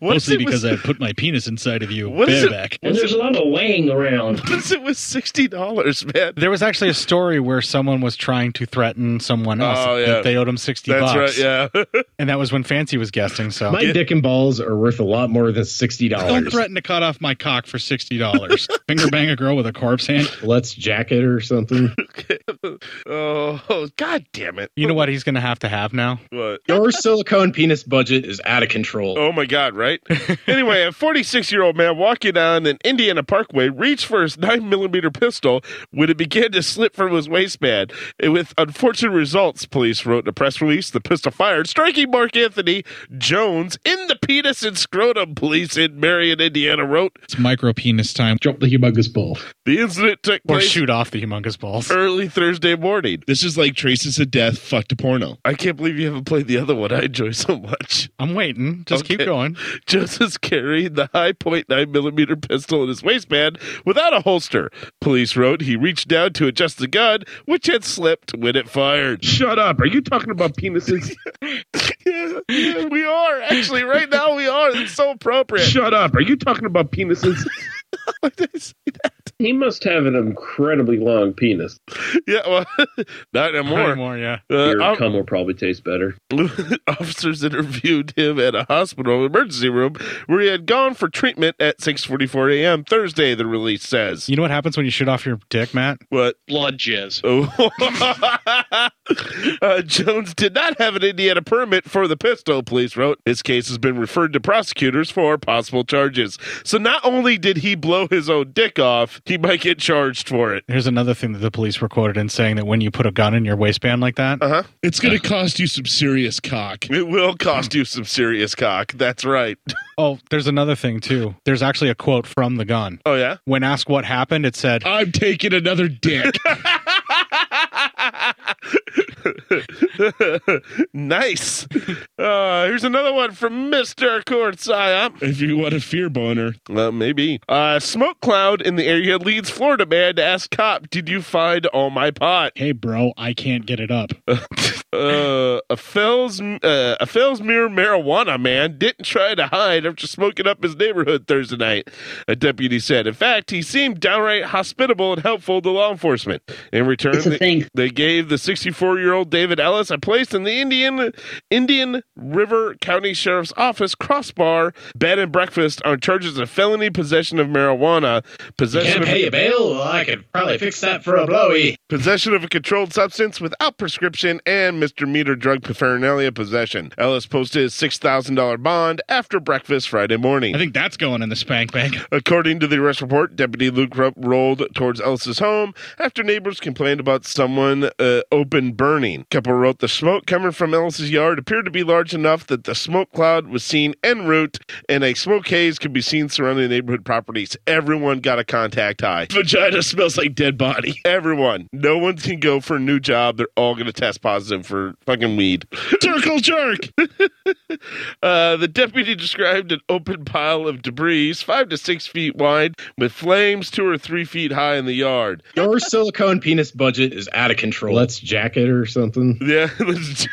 S7: Mostly because I put my penis inside of you,
S8: What is it-
S7: bareback.
S8: And there's a lot of
S7: weighing around.
S8: What's it with sixty dollars, man?
S7: There was actually a story where someone was trying to threaten someone else
S8: Oh, yeah.
S7: that they owed him sixty
S16: That's
S7: bucks.
S8: right, yeah.
S7: and that was when Fancy was guesting. So
S16: My dick and balls are worth a lot more than sixty
S7: Don't
S16: dollars.
S7: threaten to cut off my cock for sixty <laughs> dollars. Finger bang a girl with a corpse hand.
S16: Let's jacket or something.
S8: Oh, oh, god damn it.
S7: You know what he's going to have to have now?
S8: What?
S16: Your silicone penis budget is out of control.
S8: Oh my God, right? <laughs> anyway, a 46 year old man walking down an Indiana parkway reached for his 9mm pistol when it began to slip from his waistband. And with unfortunate results, police wrote in a press release the pistol fired, striking Mark Anthony Jones in the penis and scrotum, police in Marion, Indiana wrote.
S7: It's micro penis time. Drop the humongous ball.
S8: The incident took
S7: Or
S8: place
S7: shoot off the humongous balls.
S8: early Thursday morning.
S16: This is like traces of death fucked a porno.
S8: I can't believe you haven't played the other one I enjoy so much.
S7: I'm waiting. Just keep going.
S8: Joseph's carrying the high point nine millimeter pistol in his waistband without a holster. Police wrote he reached down to adjust the gun, which had slipped when it fired.
S16: Shut up. Are you talking about penises?
S8: yeah, yeah, we are actually right now. We are. It's so appropriate.
S16: Shut up. Are you talking about penises?
S17: He must have an incredibly long penis.
S8: <laughs> Yeah, well, <laughs> not anymore.
S17: Not
S7: anymore, yeah.
S17: Your
S8: Uh,
S17: cum will probably taste better.
S8: Officers interviewed him at a hospital emergency room where he had gone for treatment at 6:44 a.m. Thursday. The release says.
S7: You know what happens when you shoot off your dick, Matt?
S8: What?
S14: Blood jizz.
S8: Oh. uh, Jones did not have an Indiana permit for the pistol, police wrote. His case has been referred to prosecutors for possible charges. So not only did he blow his own dick off, he might get charged for it.
S7: Here's another thing that the police were quoted in saying that when you put a gun in your waistband like that,
S8: uh-huh.
S16: it's going to cost you some serious cock.
S8: It will cost you some serious cock. That's right. <laughs>
S7: Oh, there's another thing too. There's actually a quote from the gun.
S8: Oh yeah. <laughs>
S7: When asked what happened, it said,
S16: "I'm taking another dick."
S8: nice. Uh, here's another one from Mr. Courtside.
S16: If you want a fear boner.
S8: Well, maybe. Uh, smoke cloud in the area leads Florida man to ask cop, did you find all my pot?
S7: <laughs> Hey, bro, I can't get it up.
S8: Uh, a Fells, uh, a Fells Mirror marijuana man didn't try to hide after smoking up his neighborhood Thursday night, a deputy said. In fact, he seemed downright hospitable and helpful to law enforcement. In return,
S4: It's a
S8: they,
S4: thing.
S8: they gave the 64 year old David Ellis a place in the Indian Indian River County Sheriff's Office crossbar bed and breakfast on charges of felony possession of marijuana, possession
S16: Can't
S8: of
S16: pay a bail? Well, I could probably fix that for a blowy.
S8: Possession of a controlled substance without prescription and misdemeanor drug paraphernalia possession. Ellis posted his $6,000 bond after breakfast Friday morning.
S7: I think that's going in the spank bank.
S8: According to the arrest report, Deputy Luke Rupp rolled towards Ellis's home after neighbors complained about someone uh, open burning. Couple wrote the smoke coming from Ellis's yard appeared to be large enough that the smoke cloud was seen en route, and a smoke haze could be seen surrounding neighborhood properties. Everyone got a contact high. Vagina smells like dead body. Everyone, No one can go for a new job. They're all going to test positive for fucking weed. Circle jerk. <laughs> Uh, the deputy described an open pile of debris, five to six feet wide, with flames two or three feet high in the yard.
S18: Your silicone penis budget is out of control. Let's jack it or something.
S8: Yeah. <laughs> let's-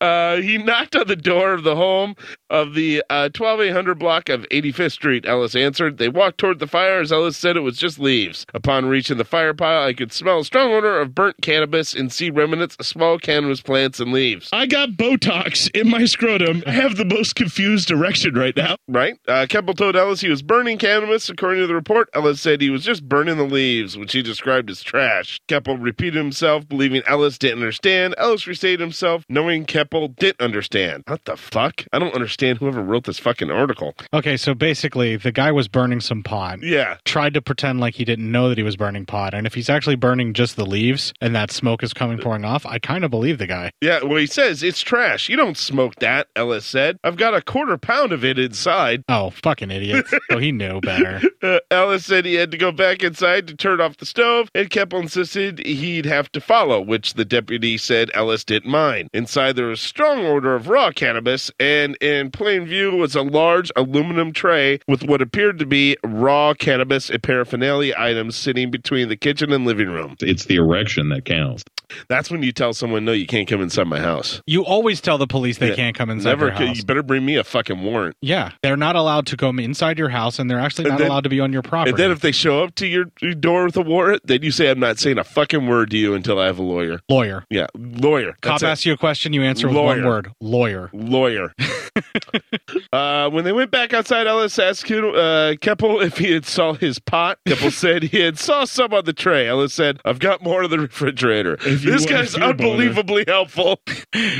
S8: Uh, he knocked on the door of the home of the uh, 12800 block of 85th Street. Ellis answered. They walked toward the fire as Ellis said it was just leaves. Upon reaching the fire pile, I could smell a strong odor of burnt cannabis and see remnants of small cannabis plants and leaves.
S16: I got Botox in my scrotum. I have the most confused erection right now.
S8: Right? Uh, Keppel told Ellis he was burning cannabis. According to the report, Ellis said he was just burning the leaves, which he described as trash. Keppel repeated himself, believing Ellis didn't understand. Ellis restated himself, knowing Keppel did understand. What the fuck? I don't understand whoever wrote this fucking article.
S7: Okay, so basically, the guy was burning some pot.
S8: Yeah.
S7: Tried to pretend like he didn't know that he was burning pot. And if he's actually burning just the leaves and that smoke is coming pouring off, I kind of believe the guy.
S8: Yeah, well, he says it's trash. You don't smoke that, Ellis said. I've got a quarter pound of it inside.
S7: Oh, fucking idiot. so he
S8: <laughs>
S7: knew better.
S8: Uh, Ellis said he had to go back inside to turn off the stove, and Keppel insisted he'd have to follow, which the deputy said Ellis didn't mind. Inside there was a strong odor of raw cannabis, and in plain view was a large aluminum tray with what appeared to be raw cannabis and paraphernalia items sitting between the kitchen and living room.
S19: It's the erection that counts.
S8: That's when you tell someone, "No, you can't come inside my house."
S7: You always tell the police they can't come inside
S8: Never.
S7: your
S8: ca-
S7: house.
S8: You better bring me a fucking warrant.
S7: yeah, they're not allowed to come inside your house, and they're actually
S8: And
S7: not
S8: then-
S7: allowed to be on your property.
S8: And then if they show up to your your door with a warrant, then you say, "I'm not saying a fucking word to you until I have a lawyer."
S7: lawyer.
S8: Yeah, lawyer.
S7: Cop
S8: That's it.
S7: asks you a question, you answer with one
S8: Lawyer.
S7: word lawyer.
S8: Lawyer. uh, when they went back outside, Ellis asked uh, Keppel <laughs> if he had saw his pot. Keppel said he had saw some on the tray. Ellis said, "I've got more in the refrigerator."
S16: you
S8: This
S16: want a
S8: guy's
S16: beer boner.
S8: unbelievably helpful.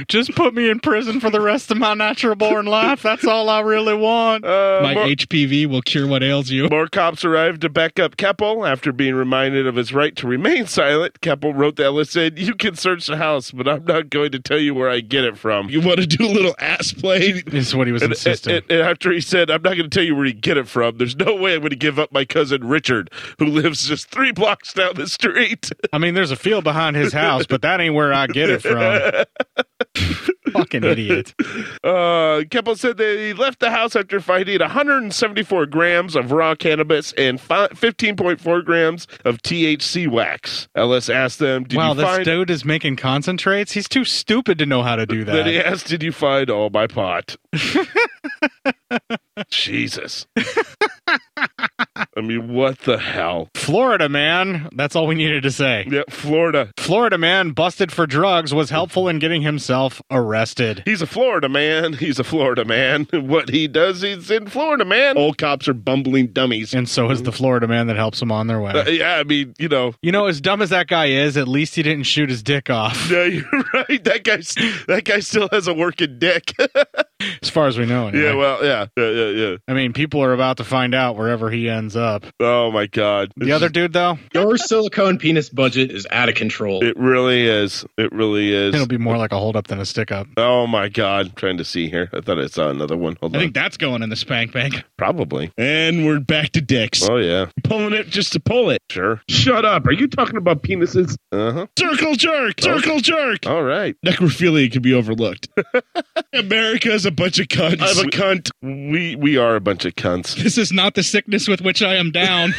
S7: Just put me in prison for the rest of my natural born life. That's all I really want.
S8: My more-
S7: HPV will cure what ails you.
S8: More cops arrived to back up Keppel. After being reminded of his right to remain silent, Keppel wrote to Ellis said, "You can search the house, but I'm not going to tell you where I get it from."
S16: You want to do a little ass play?
S7: Is what he was
S8: and,
S7: insisting.
S8: and- and after he said, I'm not going to tell you where you get it from, there's no way I'm going to give up my cousin Richard, who lives just three blocks down the street.
S7: I mean, there's a field behind his house, but that ain't where I get it from.
S8: <laughs>
S7: Fucking idiot.
S8: Uh, Keppel said that he left the house after finding 174 grams of raw cannabis and fi- 15.4 grams of THC wax. Ellis asked them, Did
S7: wow,
S8: you
S7: this
S8: find.
S7: dude is making concentrates. He's too stupid to know how to do that.
S8: Then he <laughs> asked, Did you find all my pot? Jesus. I mean, what the hell?
S7: Florida man, that's all we needed to say.
S8: Yeah, Florida.
S7: Florida man busted for drugs was helpful in getting himself arrested.
S8: He's a Florida man. He's a Florida man. <laughs> What he does, he's in Florida, man. All cops are bumbling dummies.
S7: And so is the Florida man that helps him on their way.
S8: Uh, yeah, I mean, you know.
S7: You know, as dumb as that guy is, at least he didn't shoot his dick
S8: <laughs>
S7: off, <laughs>
S8: Yeah, you're right. That guy, that guy still has a working dick. <laughs>
S7: as far as we know. anyway.
S8: yeah, well, yeah, yeah, yeah, yeah.
S7: I mean, people are about to find out wherever he ends up.
S8: Oh my god.
S7: The other dude, though,
S18: Your silicone penis budget is out of control.
S8: It really is. It really is.
S7: it'll be more like a hold up than a stick up.
S8: Oh my god. I'm trying to see here. I thought I saw another one. Hold
S7: I
S8: on.
S7: think that's going in the spank bank.
S8: Probably.
S16: And we're back to dicks.
S8: Oh yeah.
S16: Pulling it just to pull it.
S8: Sure.
S16: Shut up. Are you talking about penises?
S8: Uh huh.
S16: Circle jerk. Circle jerk.
S8: All right.
S16: Necrophilia can be overlooked. America is a bunch of cunts.
S8: I'm a cunt. We we are a bunch of cunts.
S6: This is not the sickness with which I am down.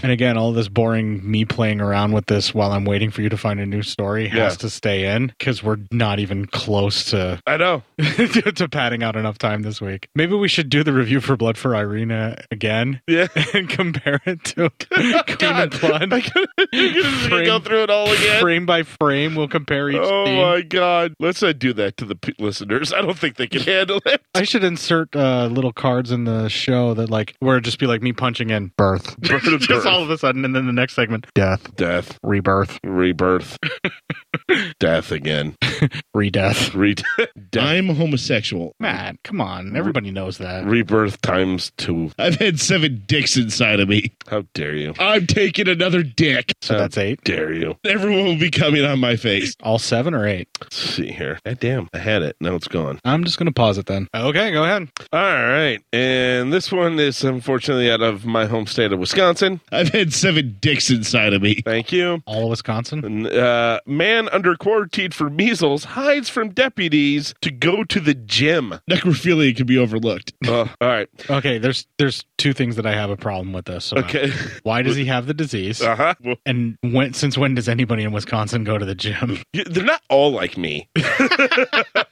S7: And again, all this boring me playing around with this while I'm waiting for you to find a new story has
S8: Yeah.
S7: to stay in because we're not even close to
S8: I know.
S7: <laughs> to padding out enough time this week. Maybe we should do the review for Blood for Irina again.
S8: Yeah.
S7: <laughs> And compare it to <laughs> Demon Blood.
S8: You're gonna go through it all again.
S7: <laughs> Frame by frame, we'll compare each
S8: Oh
S7: scene.
S8: my god! Let's not do that to the p- listeners. I don't think they can handle it.
S7: I should insert uh, little cards in the show that like where it'd just be like me punching in birth.
S8: Birth, <laughs>
S7: <laughs> just
S8: birth.
S7: all of a sudden and then the next segment death.
S8: Death, <laughs>
S7: Rebirth.
S8: rebirth. Death again. <laughs>
S7: Redeath.
S8: Redeath.
S16: I'm homosexual.
S7: Matt, come on. Everybody knows that.
S8: Rebirth times two.
S16: I've had seven dicks inside of me.
S8: How dare you?
S16: I'm taking another dick.
S7: So that's eight.
S8: Dare you?
S16: Everyone will be coming on my face.
S7: All seven or eight?
S8: Let's see here. God damn, I had it. Now it's gone.
S7: I'm just going to pause it then. Okay, go ahead.
S8: All right. And this one is unfortunately out of my home state of Wisconsin.
S16: I've had seven dicks inside of me.
S8: Thank you.
S7: All of Wisconsin?
S8: N- Uh, man under quarantine for measles hides from deputies to go to the gym.
S16: Necrophilia can be overlooked.
S8: Oh, all right.
S7: Okay, there's there's two things that I have a problem with this. about.
S8: Okay.
S7: Why does he have the disease?
S8: Uh-huh.
S7: And when since when does anybody in Wisconsin go to
S8: <laughs>
S7: the gym?
S8: You- They're not all like me. I,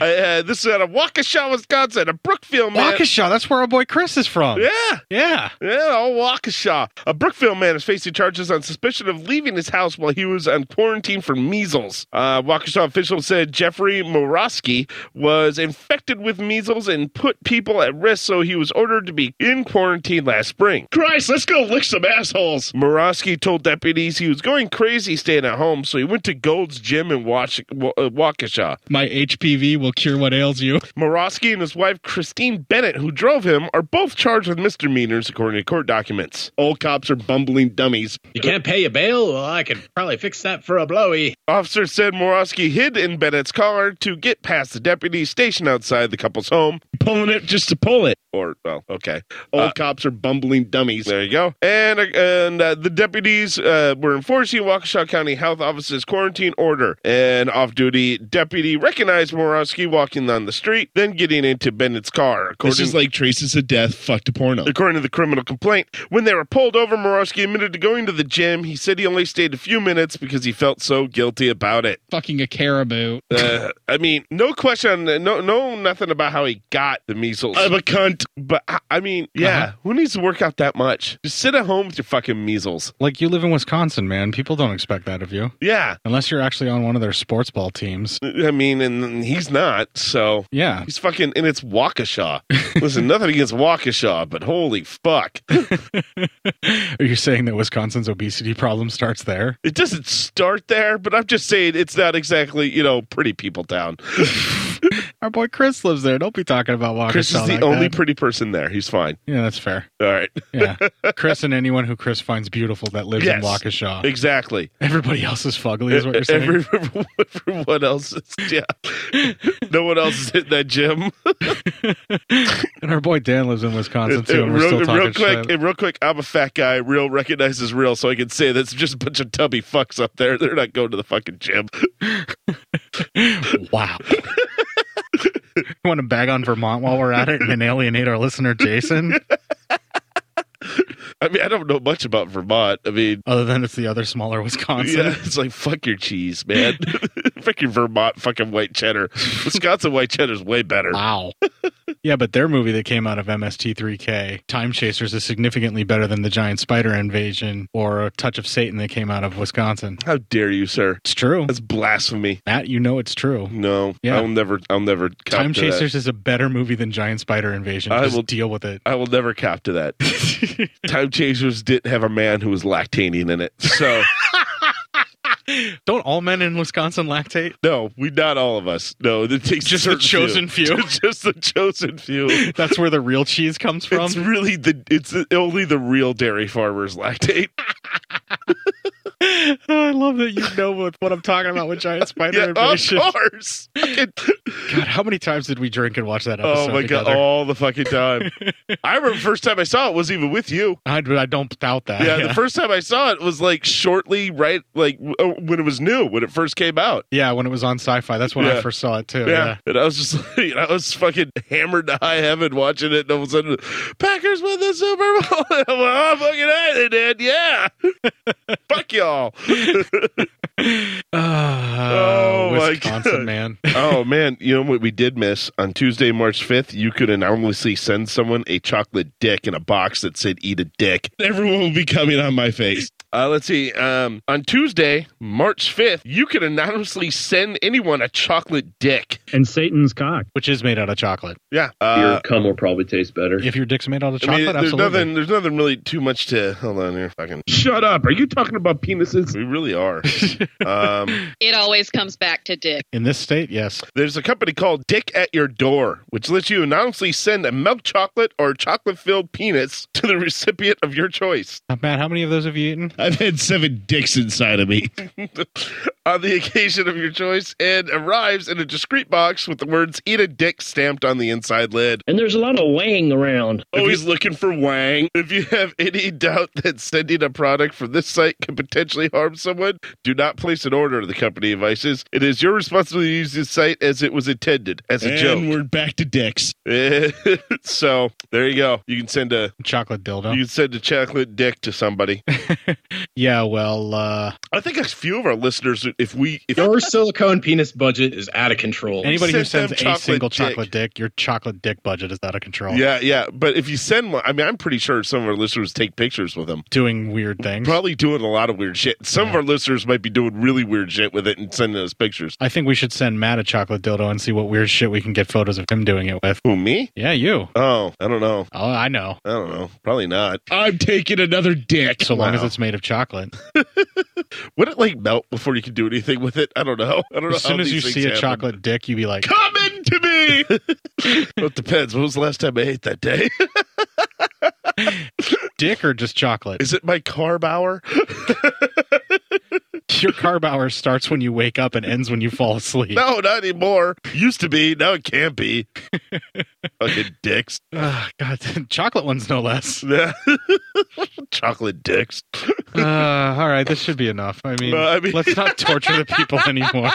S8: uh, this is out of Waukesha, Wisconsin, a Brookfield man.
S7: Waukesha, that's where our boy Chris is from.
S8: Yeah.
S7: Yeah.
S8: Yeah, all Waukesha. A Brookfield man is facing charges on suspicion of leaving his house while he was on quarantine for measles. Uh, Waukesha officials said Jeffrey Morosky was infected with measles and put people at risk, so he was ordered to be in quarantine last spring.
S16: Christ, let's go lick some assholes.
S8: Morosky told deputies he was going crazy staying at home, so he went to Gold's Gym in Wash- Wa- uh, Waukesha.
S7: My HPV will cure what ails you.
S8: Morosky and his wife Christine Bennett, who drove him, are both charged with misdemeanors, according to court documents. All cops are bumbling dummies.
S18: You can't pay your bail? Well, I could probably fix that for a blowy.
S8: Officers said Morosky hid in Bennett's car to get past the deputies stationed outside the couple's home.
S16: Pulling it just to pull it.
S8: Or, well, okay.
S16: All
S8: Uh,
S16: cops are bumbling dummies.
S8: There you go. And uh, and uh, the deputies uh, were enforcing Waukesha County Health Office's quarantine order. An off-duty deputy recognized Morosky walking down the street, then getting into Bennett's car.
S16: This
S8: According,
S16: is like traces of death fucked to porno.
S8: according to the criminal complaint, when they were pulled over, Morosky admitted to going to the gym. He said he only stayed a few minutes because he felt so guilty about it.
S20: Fucking a caribou.
S8: Uh, I mean, no question, no, no, nothing about how he got the measles.
S16: I'm a cunt.
S8: But I- I mean, yeah,
S7: Uh-huh.
S8: who needs to work out that much? Just sit at home with your fucking measles.
S7: Like you live in Wisconsin, man. People don't expect that of you.
S8: Yeah,
S7: Unless you're actually on one of their sports ball teams.
S8: I mean, and he's not, so
S7: Yeah.
S8: he's fucking, and it's Waukesha. Listen, nothing against Waukesha, but holy fuck,
S7: <laughs> Are you saying that Wisconsin's obesity problem starts there?
S8: it doesn't start there. But I'm just saying, it's not exactly you know pretty people town.
S7: Our boy Chris lives there. Don't be talking about Waukesha.
S8: Chris is the
S7: like
S8: only
S7: that.
S8: pretty person there. He's fine.
S7: yeah, that's fair.
S8: All right, <laughs>
S7: Yeah. Chris and anyone who Chris finds beautiful that lives in
S8: Yes.
S7: Waukesha.
S8: exactly.
S7: Everybody else is fugly, is what you're
S8: <laughs>
S7: saying.
S8: Every- everyone else is, yeah. no one else is hitting that
S7: <laughs>
S8: gym.
S7: and our boy Dan lives in Wisconsin too, and
S8: <laughs>
S7: we're
S8: real,
S7: still talking
S8: real quick,
S7: shit.
S8: and real quick, I'm a fat guy. Real recognizes real, so I can say that's just a bunch of tubby fucks up there. They're not going to the fucking gym. <laughs>
S7: Wow. Want to bag on Vermont while we're at it and then alienate our listener <laughs> Jason?
S8: I mean, I don't know much about Vermont. I mean,
S7: Other than it's the other smaller Wisconsin.
S8: yeah, it's like fuck your cheese, man. <laughs> fuck your Vermont, fucking white
S7: <laughs>
S8: cheddar. Wisconsin white cheddar's way better.
S7: Wow. yeah, but their movie that came out of MST3K, Time Chasers, is significantly better than the Giant Spider Invasion or Touch of Satan that came out of Wisconsin.
S8: How dare you, sir?
S7: It's true.
S8: That's blasphemy.
S7: Matt, you know it's true.
S8: No,
S7: Yeah.
S8: I'll never, I'll never. cop
S7: Time
S8: to that.
S7: Chasers is a better movie than Giant Spider Invasion.
S8: I
S7: Just
S8: will-
S7: deal with it.
S8: I will never cop to that. Time Chasers didn't have a man who was lactating in it. So,
S7: Don't all men in Wisconsin lactate?
S8: no, we not all of us. No, it <laughs> takes
S7: Just
S8: a certain
S7: the chosen few.
S8: Just the chosen few.
S7: That's where the real cheese comes from.
S8: It's really the it's only the real dairy farmers lactate.
S7: I love that you know what, what I'm talking about
S8: <laughs>
S7: with Giant Spider
S8: yeah, Oh,
S7: Invasion.
S8: of course. Fucking-
S7: God, how many times did we drink and watch that episode?
S8: oh my god, Oh.
S7: together?
S8: all the fucking time. I remember the first time I saw it was even with you.
S7: <laughs> I, I don't doubt that.
S8: Yeah,
S7: Yeah,
S8: the first time I saw it was like shortly right like w- uh, when it was new, when it first came out.
S7: Yeah, when it was on sci-fi, that's when I
S8: Yeah.
S7: first saw it too.
S8: Yeah.
S7: Yeah.
S8: <laughs> And I was just like, I was fucking hammered to high heaven watching it. And all of a sudden, Packers win the Super Bowl. <laughs> I'm like, oh, fucking hey, they did. Yeah. <laughs> Fuck y'all.
S7: Ah,
S8: Oh, my
S7: Wisconsin,
S8: God.
S7: man.
S8: oh, man. You know what we did miss? On Tuesday, March 5th, you could anonymously <laughs> send someone a chocolate dick in a box that said, eat a dick.
S16: Everyone will be coming on my face.
S8: Uh, let's see. Um, on Tuesday, March 5th, you can anonymously send anyone a chocolate dick. Uh,
S20: And Satan's cock.
S7: Which is made out of chocolate.
S8: Yeah.
S17: your cum will probably taste better.
S7: If your dick's made out
S8: I
S7: of
S8: mean,
S7: chocolate,
S8: there's
S7: absolutely.
S8: nothing. There's nothing really too much to hold on here. Fucking shut up. Are you talking about penises? We really are. um,
S21: It always comes back to dick.
S7: in this state, yes.
S8: There's a company called Dick at Your Door, which lets you anonymously send a milk chocolate or chocolate filled penis to the <laughs> recipient of your choice.
S7: Uh, Matt, how many of those have you eaten?
S16: I've had seven dicks inside of me.
S8: on the <laughs> occasion of your choice and arrives in a discreet box with the words eat a dick stamped on the inside lid.
S22: And there's a lot of wang around.
S8: Always looking for Wang. If you have any doubt that sending a product from this site can potentially harm someone, do not place an order to the company devices. It is your responsibility to use this site as it was intended, as <laughs> a
S16: and
S8: joke.
S16: we're back to dicks.
S8: so there you go. You can send a
S7: chocolate dildo.
S8: You can send a chocolate dick to somebody.
S7: Yeah, well, uh,
S8: I think a few of our listeners, if we if
S18: your silicone penis budget is out of control,
S7: anybody who sends a single
S8: dick.
S7: chocolate dick, your chocolate dick budget is out of control.
S8: Yeah, yeah. But if you send one, I mean, I'm pretty sure some of our listeners take pictures with them.
S7: Doing weird things.
S8: Probably doing a lot of weird shit. Some of our listeners might be doing really weird shit with it and sending us pictures.
S7: I think we should send Matt a chocolate dildo and see what weird shit we can get photos of him doing it with.
S8: Who, me?
S7: Yeah, you.
S8: Oh, I don't know.
S7: Oh, I know.
S8: I don't know. Probably not.
S16: I'm taking another dick.
S7: So long as it's made of
S8: <laughs>
S7: chocolate.
S8: Would it like melt before you can do anything with it? I don't know. I don't know.
S7: As soon
S8: how
S7: as
S8: these
S7: you
S8: things
S7: see a
S8: happen.
S7: chocolate dick, you'd be like,
S8: coming to me. well, it depends. When was the last time I ate that day? <laughs>
S7: dick or just chocolate?
S8: Is it my carb hour?
S7: <laughs> Your carb hour starts when you wake up and ends when you fall asleep.
S8: No, not anymore. Used to be. Now it can't
S7: <laughs>
S8: be. Fucking dicks. <laughs>
S7: Ah, God, <laughs> chocolate ones no less.
S8: chocolate dicks.
S7: Uh, all right, this should be enough. I mean,
S8: Well, I mean-
S7: let's
S8: <laughs>
S7: not torture the people anymore.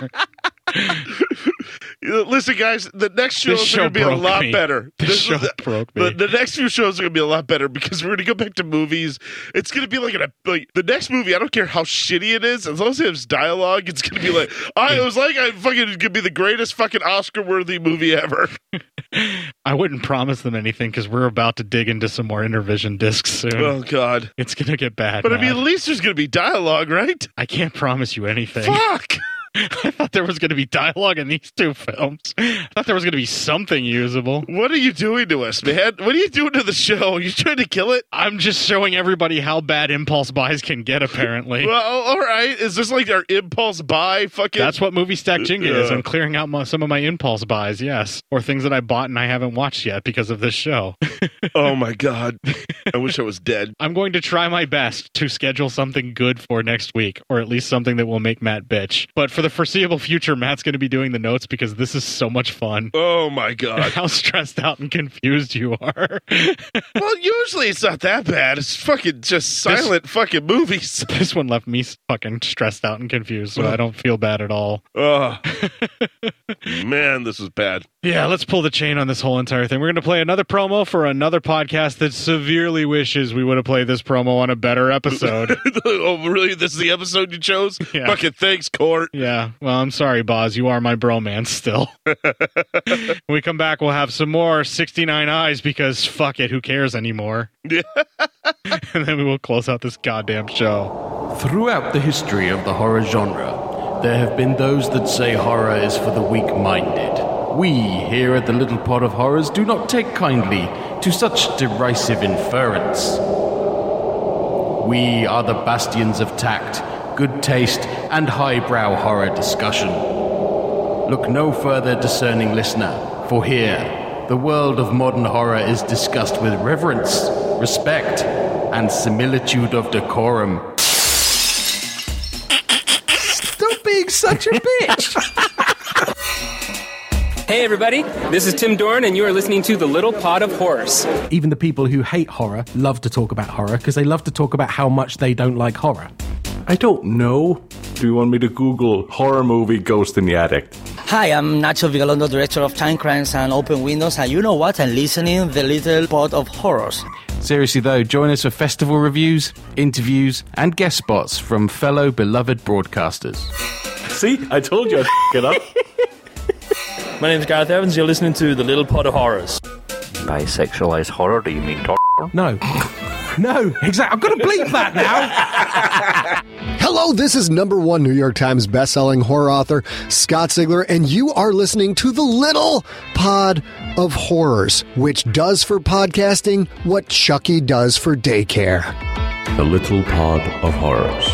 S8: Listen, guys, the next shows
S7: This
S8: are
S7: show
S8: going to be a
S7: broke
S8: lot
S7: me.
S8: better.
S7: This
S8: This
S7: show
S8: is-
S7: broke me.
S8: the, the next few shows are going to be a lot better because we're going to go back to movies. It's going to be like an like the next movie. I don't care how shitty it is, as long as it has dialogue, it's going to be like I it was like I fucking it could be the greatest fucking Oscar worthy movie ever. <laughs>
S7: <laughs> I wouldn't promise them anything because we're about to dig into some more Intervision discs soon.
S8: Oh God,
S7: it's gonna get bad.
S8: But I mean,
S7: Matt.
S8: at least there's going to be dialogue, right?
S7: I can't promise you anything.
S8: Fuck!
S7: <laughs> I thought there was going to be dialogue in these two films. I thought there was going to be something usable.
S8: What are you doing to us, man? What are you doing to <laughs> the show? Are you trying to kill it?
S7: I'm just showing everybody how bad impulse buys can get, apparently.
S8: Well, uh, oh, all right. Is this like our impulse buy? Fucking.
S7: That's what Movie Stack Jenga is.
S8: Yeah.
S7: I'm clearing out my, some of my impulse buys, yes. Or things that I bought and I haven't watched yet because of this show.
S8: oh, my God. <laughs> I wish I was dead.
S7: I'm going to try my best to schedule something good for next week, or at least something that will make Matt bitch. But for the foreseeable future, Matt's going to be doing the notes because this is so much fun.
S8: Oh my god!
S7: How stressed out and confused you are. <laughs>
S8: well, usually it's not that bad. It's fucking just silent fucking movies.
S7: This one left me fucking stressed out and confused, so I don't feel bad at all.
S8: Oh. <laughs> Man, this is bad. <laughs>
S7: Yeah, let's pull the chain on this whole entire thing. We're going to play another promo for another podcast that severely wishes we would have played this promo on a better episode.
S8: oh, really? This is the episode you chose?
S7: <laughs> Yeah.
S8: Fucking thanks, Court.
S7: yeah, well, I'm sorry, Boz. You are my
S8: <laughs>
S7: bromance still. when we come back, we'll have some more 69 Eyes because fuck it, who
S8: <laughs>
S7: cares anymore? <laughs> and then we will close out this goddamn show.
S23: Throughout the history of the horror genre, there have been those that say horror is for the weak minded. We here at the Little Pot of Horrors do not take kindly to such derisive inference. We are the bastions of tact, good taste, and highbrow horror discussion. Look no further, discerning listener, for here, the world of modern horror is discussed with reverence, respect, and similitude of decorum.
S24: Stop being such a bitch.
S25: Hey everybody, this is Tim Dorn and you are listening to The Little Pot of Horrors.
S24: Even the people who hate horror love to talk about horror because they love to talk about how much they don't like horror.
S26: I don't know. Do you want me to Google horror movie Ghost in the Attic?
S27: Hi, I'm Nacho Vigalondo, director of Time Crimes and Open Windows, and you know what? I'm listening the little pot of horrors.
S24: Seriously though, join us for festival reviews, interviews, and guest spots from fellow beloved broadcasters.
S26: See, I told you I'd f- it up.
S11: <laughs>
S28: My name's Gareth Evans. You're listening to The Little Pot of Horrors.
S29: By sexualized horror, do you mean talk?
S24: No. No, exactly. I've got to bleep that now.
S1: Hello, this is number one New York Times bestselling horror author Scott Sigler, and you are listening to the Little Pod of Horrors, which does for podcasting what Chucky does for daycare.
S13: The Little Pod of Horrors.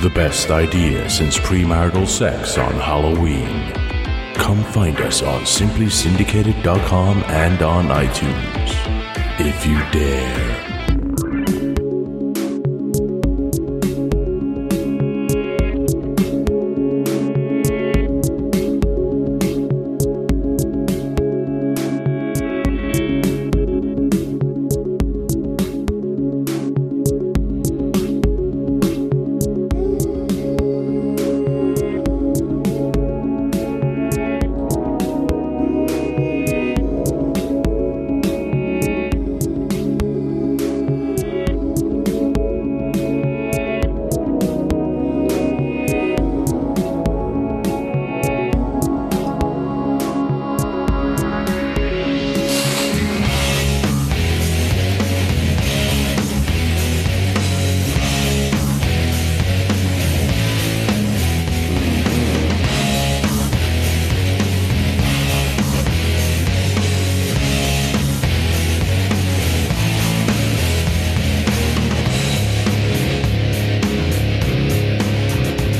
S13: The best idea since premarital sex on Halloween. Come find us on simplysyndicated.com and on iTunes. If you dare.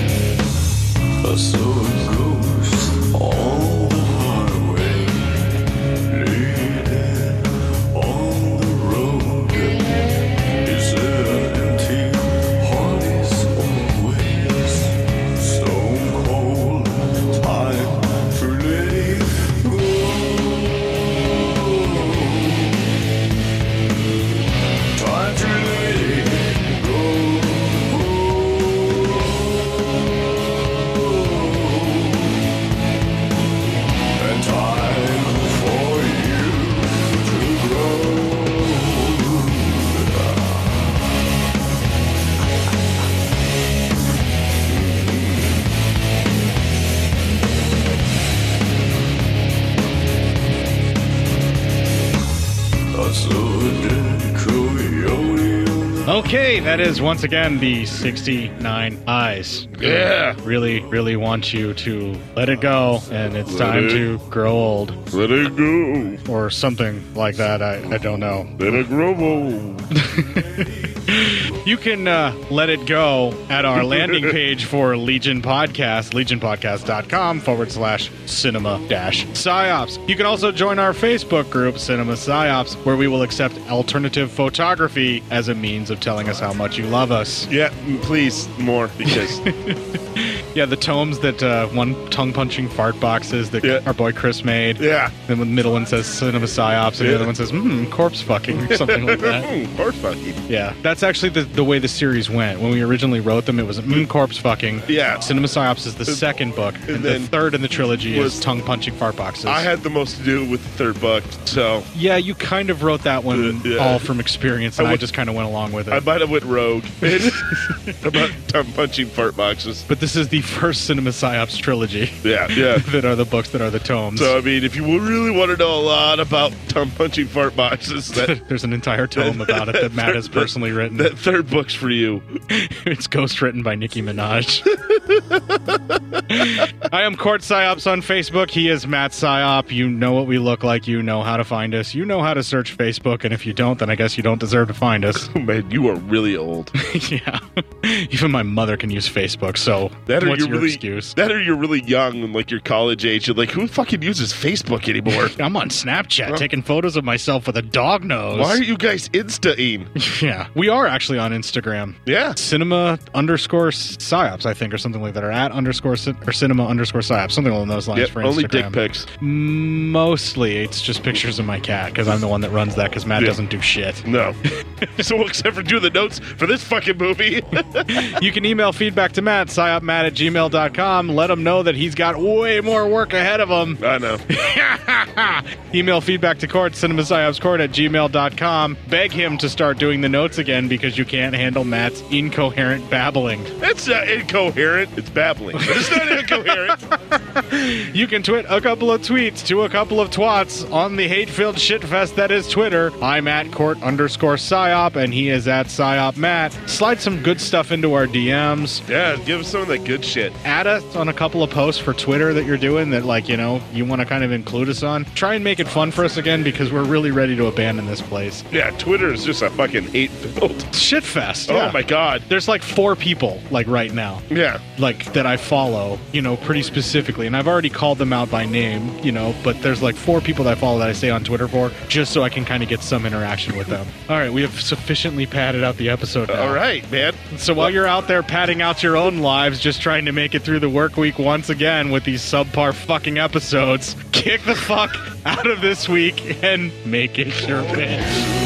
S13: A soul goes on the highway, leading on the road. Is there empty heart is always so cold? Time to let go. Time to let it And time for you to grow. I saw a dead coyote
S7: Okay, that is once again the 69 eyes.
S8: Yeah.
S7: Really, really want you to let it go, and it's
S8: Let
S7: time
S8: it-
S7: to grow old.
S8: Let it go.
S7: Or something like that. I, I don't know.
S8: Let it grow old.
S7: You can uh, let it go at our
S8: <laughs>
S7: landing page for Legion Podcast, legionpodcast.com forward slash cinema dash psyops. You can also join our Facebook group, Cinema Psyops, where we will accept alternative photography as a means of telling us how much you love us.
S8: Yeah, please, more, <laughs> because.
S7: yeah, the tomes that uh, one tongue punching fart boxes that our boy Chris made.
S8: Yeah.
S7: Then the middle one says Cinema Psyops, and
S8: Yeah.
S7: the other one says, hmm, corpse fucking, or something like that.
S8: Mm, Horse fucking.
S7: Yeah, that's actually the, the way the series went. When we originally wrote them, it was mm, corpse fucking.
S8: Yeah.
S7: Cinema Psyops is the second book, and, the
S8: then
S7: third in the trilogy
S8: was-
S7: is tongue punching fart boxes.
S8: I had the most to do with the third book, so.
S7: yeah, you kind of wrote that one
S8: Yeah.
S7: all from experience, and
S8: I
S7: I,
S8: would-
S7: just kind of went along with it.
S8: I might have went rogue <laughs> about tongue punching fart boxes.
S7: but this is the <laughs> first Cinema Psyops trilogy.
S8: Yeah, yeah.
S7: <laughs> that are the books that are the tomes.
S8: So I mean, if you really want to know a lot about tongue punching fart boxes,
S7: <laughs>
S8: that
S7: <laughs> There's an
S8: <laughs>
S7: entire tome about it that Matt has personally written.
S8: that third book's for you.
S7: <laughs> it's ghostwritten by Nicki Minaj. <laughs> I am Court Psyops on Facebook. He is Matt Psyop. You know what we look like. You know how to find us. You know how to search Facebook. And if you don't, then I guess you don't deserve to find us. <laughs>
S8: Oh, Man, you are really old.
S7: yeah. <laughs> Even my mother can use Facebook. So
S8: That or
S7: what's
S8: you're
S7: your
S8: really
S7: excuse?
S8: that or you're really young and like you're college age. You're like, who fucking uses Facebook
S7: <laughs>
S8: anymore?
S7: I'm on Snapchat taking photos of myself with a dog nose.
S8: Why are you guys instaing?
S7: <laughs> Yeah, we are actually on Instagram.
S8: Yeah,
S7: cinema underscore psyops, I think, or something like that, or at underscore cin- or cinema underscore psyops, something along those lines.
S8: Yep,
S7: for
S8: only dick
S7: Instagram.
S8: pics.
S7: Mostly, it's just pictures of my cat because I'm the one that runs that because Matt
S8: Yeah.
S7: doesn't do shit. <laughs>
S8: No. <laughs> so except for do the notes for this fucking movie. <laughs>
S7: you can email feedback to Matt, psyopmatt at gmail.com. Let him know that he's got way more work ahead
S8: <laughs>
S7: of him.
S8: I know.
S7: email feedback to court, cinemasciopscourt at gmail.com. Beg him to start doing the notes again because you can't handle Matt's incoherent babbling.
S8: uh, That's not incoherent. It's babbling. It's not incoherent.
S7: You can tweet a couple of tweets to a couple of twats on the hate-filled shitfest that is Twitter. I'm at court underscore psyop, and he is at psyop Matt. Slide some good stuff into our DMs.
S8: Yeah, give us some of that good shit.
S7: Add us on a couple of posts for Twitter that you're doing that, like you know, you want to kind of include us on. Try and make it fun for us again because we're really ready to abandon this place.
S8: Yeah, Twitter is just a fucking hate filled
S7: shitfest.
S8: <laughs> Oh my god.
S7: There's like four people like right now.
S8: Yeah.
S7: Like that I follow, you know, pretty specifically, and I've already called them out by name, you know, but there's like four people that I follow that I stay on Twitter for just so I can kind of get some interaction with them. All right, we have sufficiently padded out the episode. Now.
S8: All right, man.
S7: So while you're out there padding out your own lives, just trying to make it through the work week once again with these subpar fucking <laughs> episodes, kick the fuck out of this week and make it your bitch.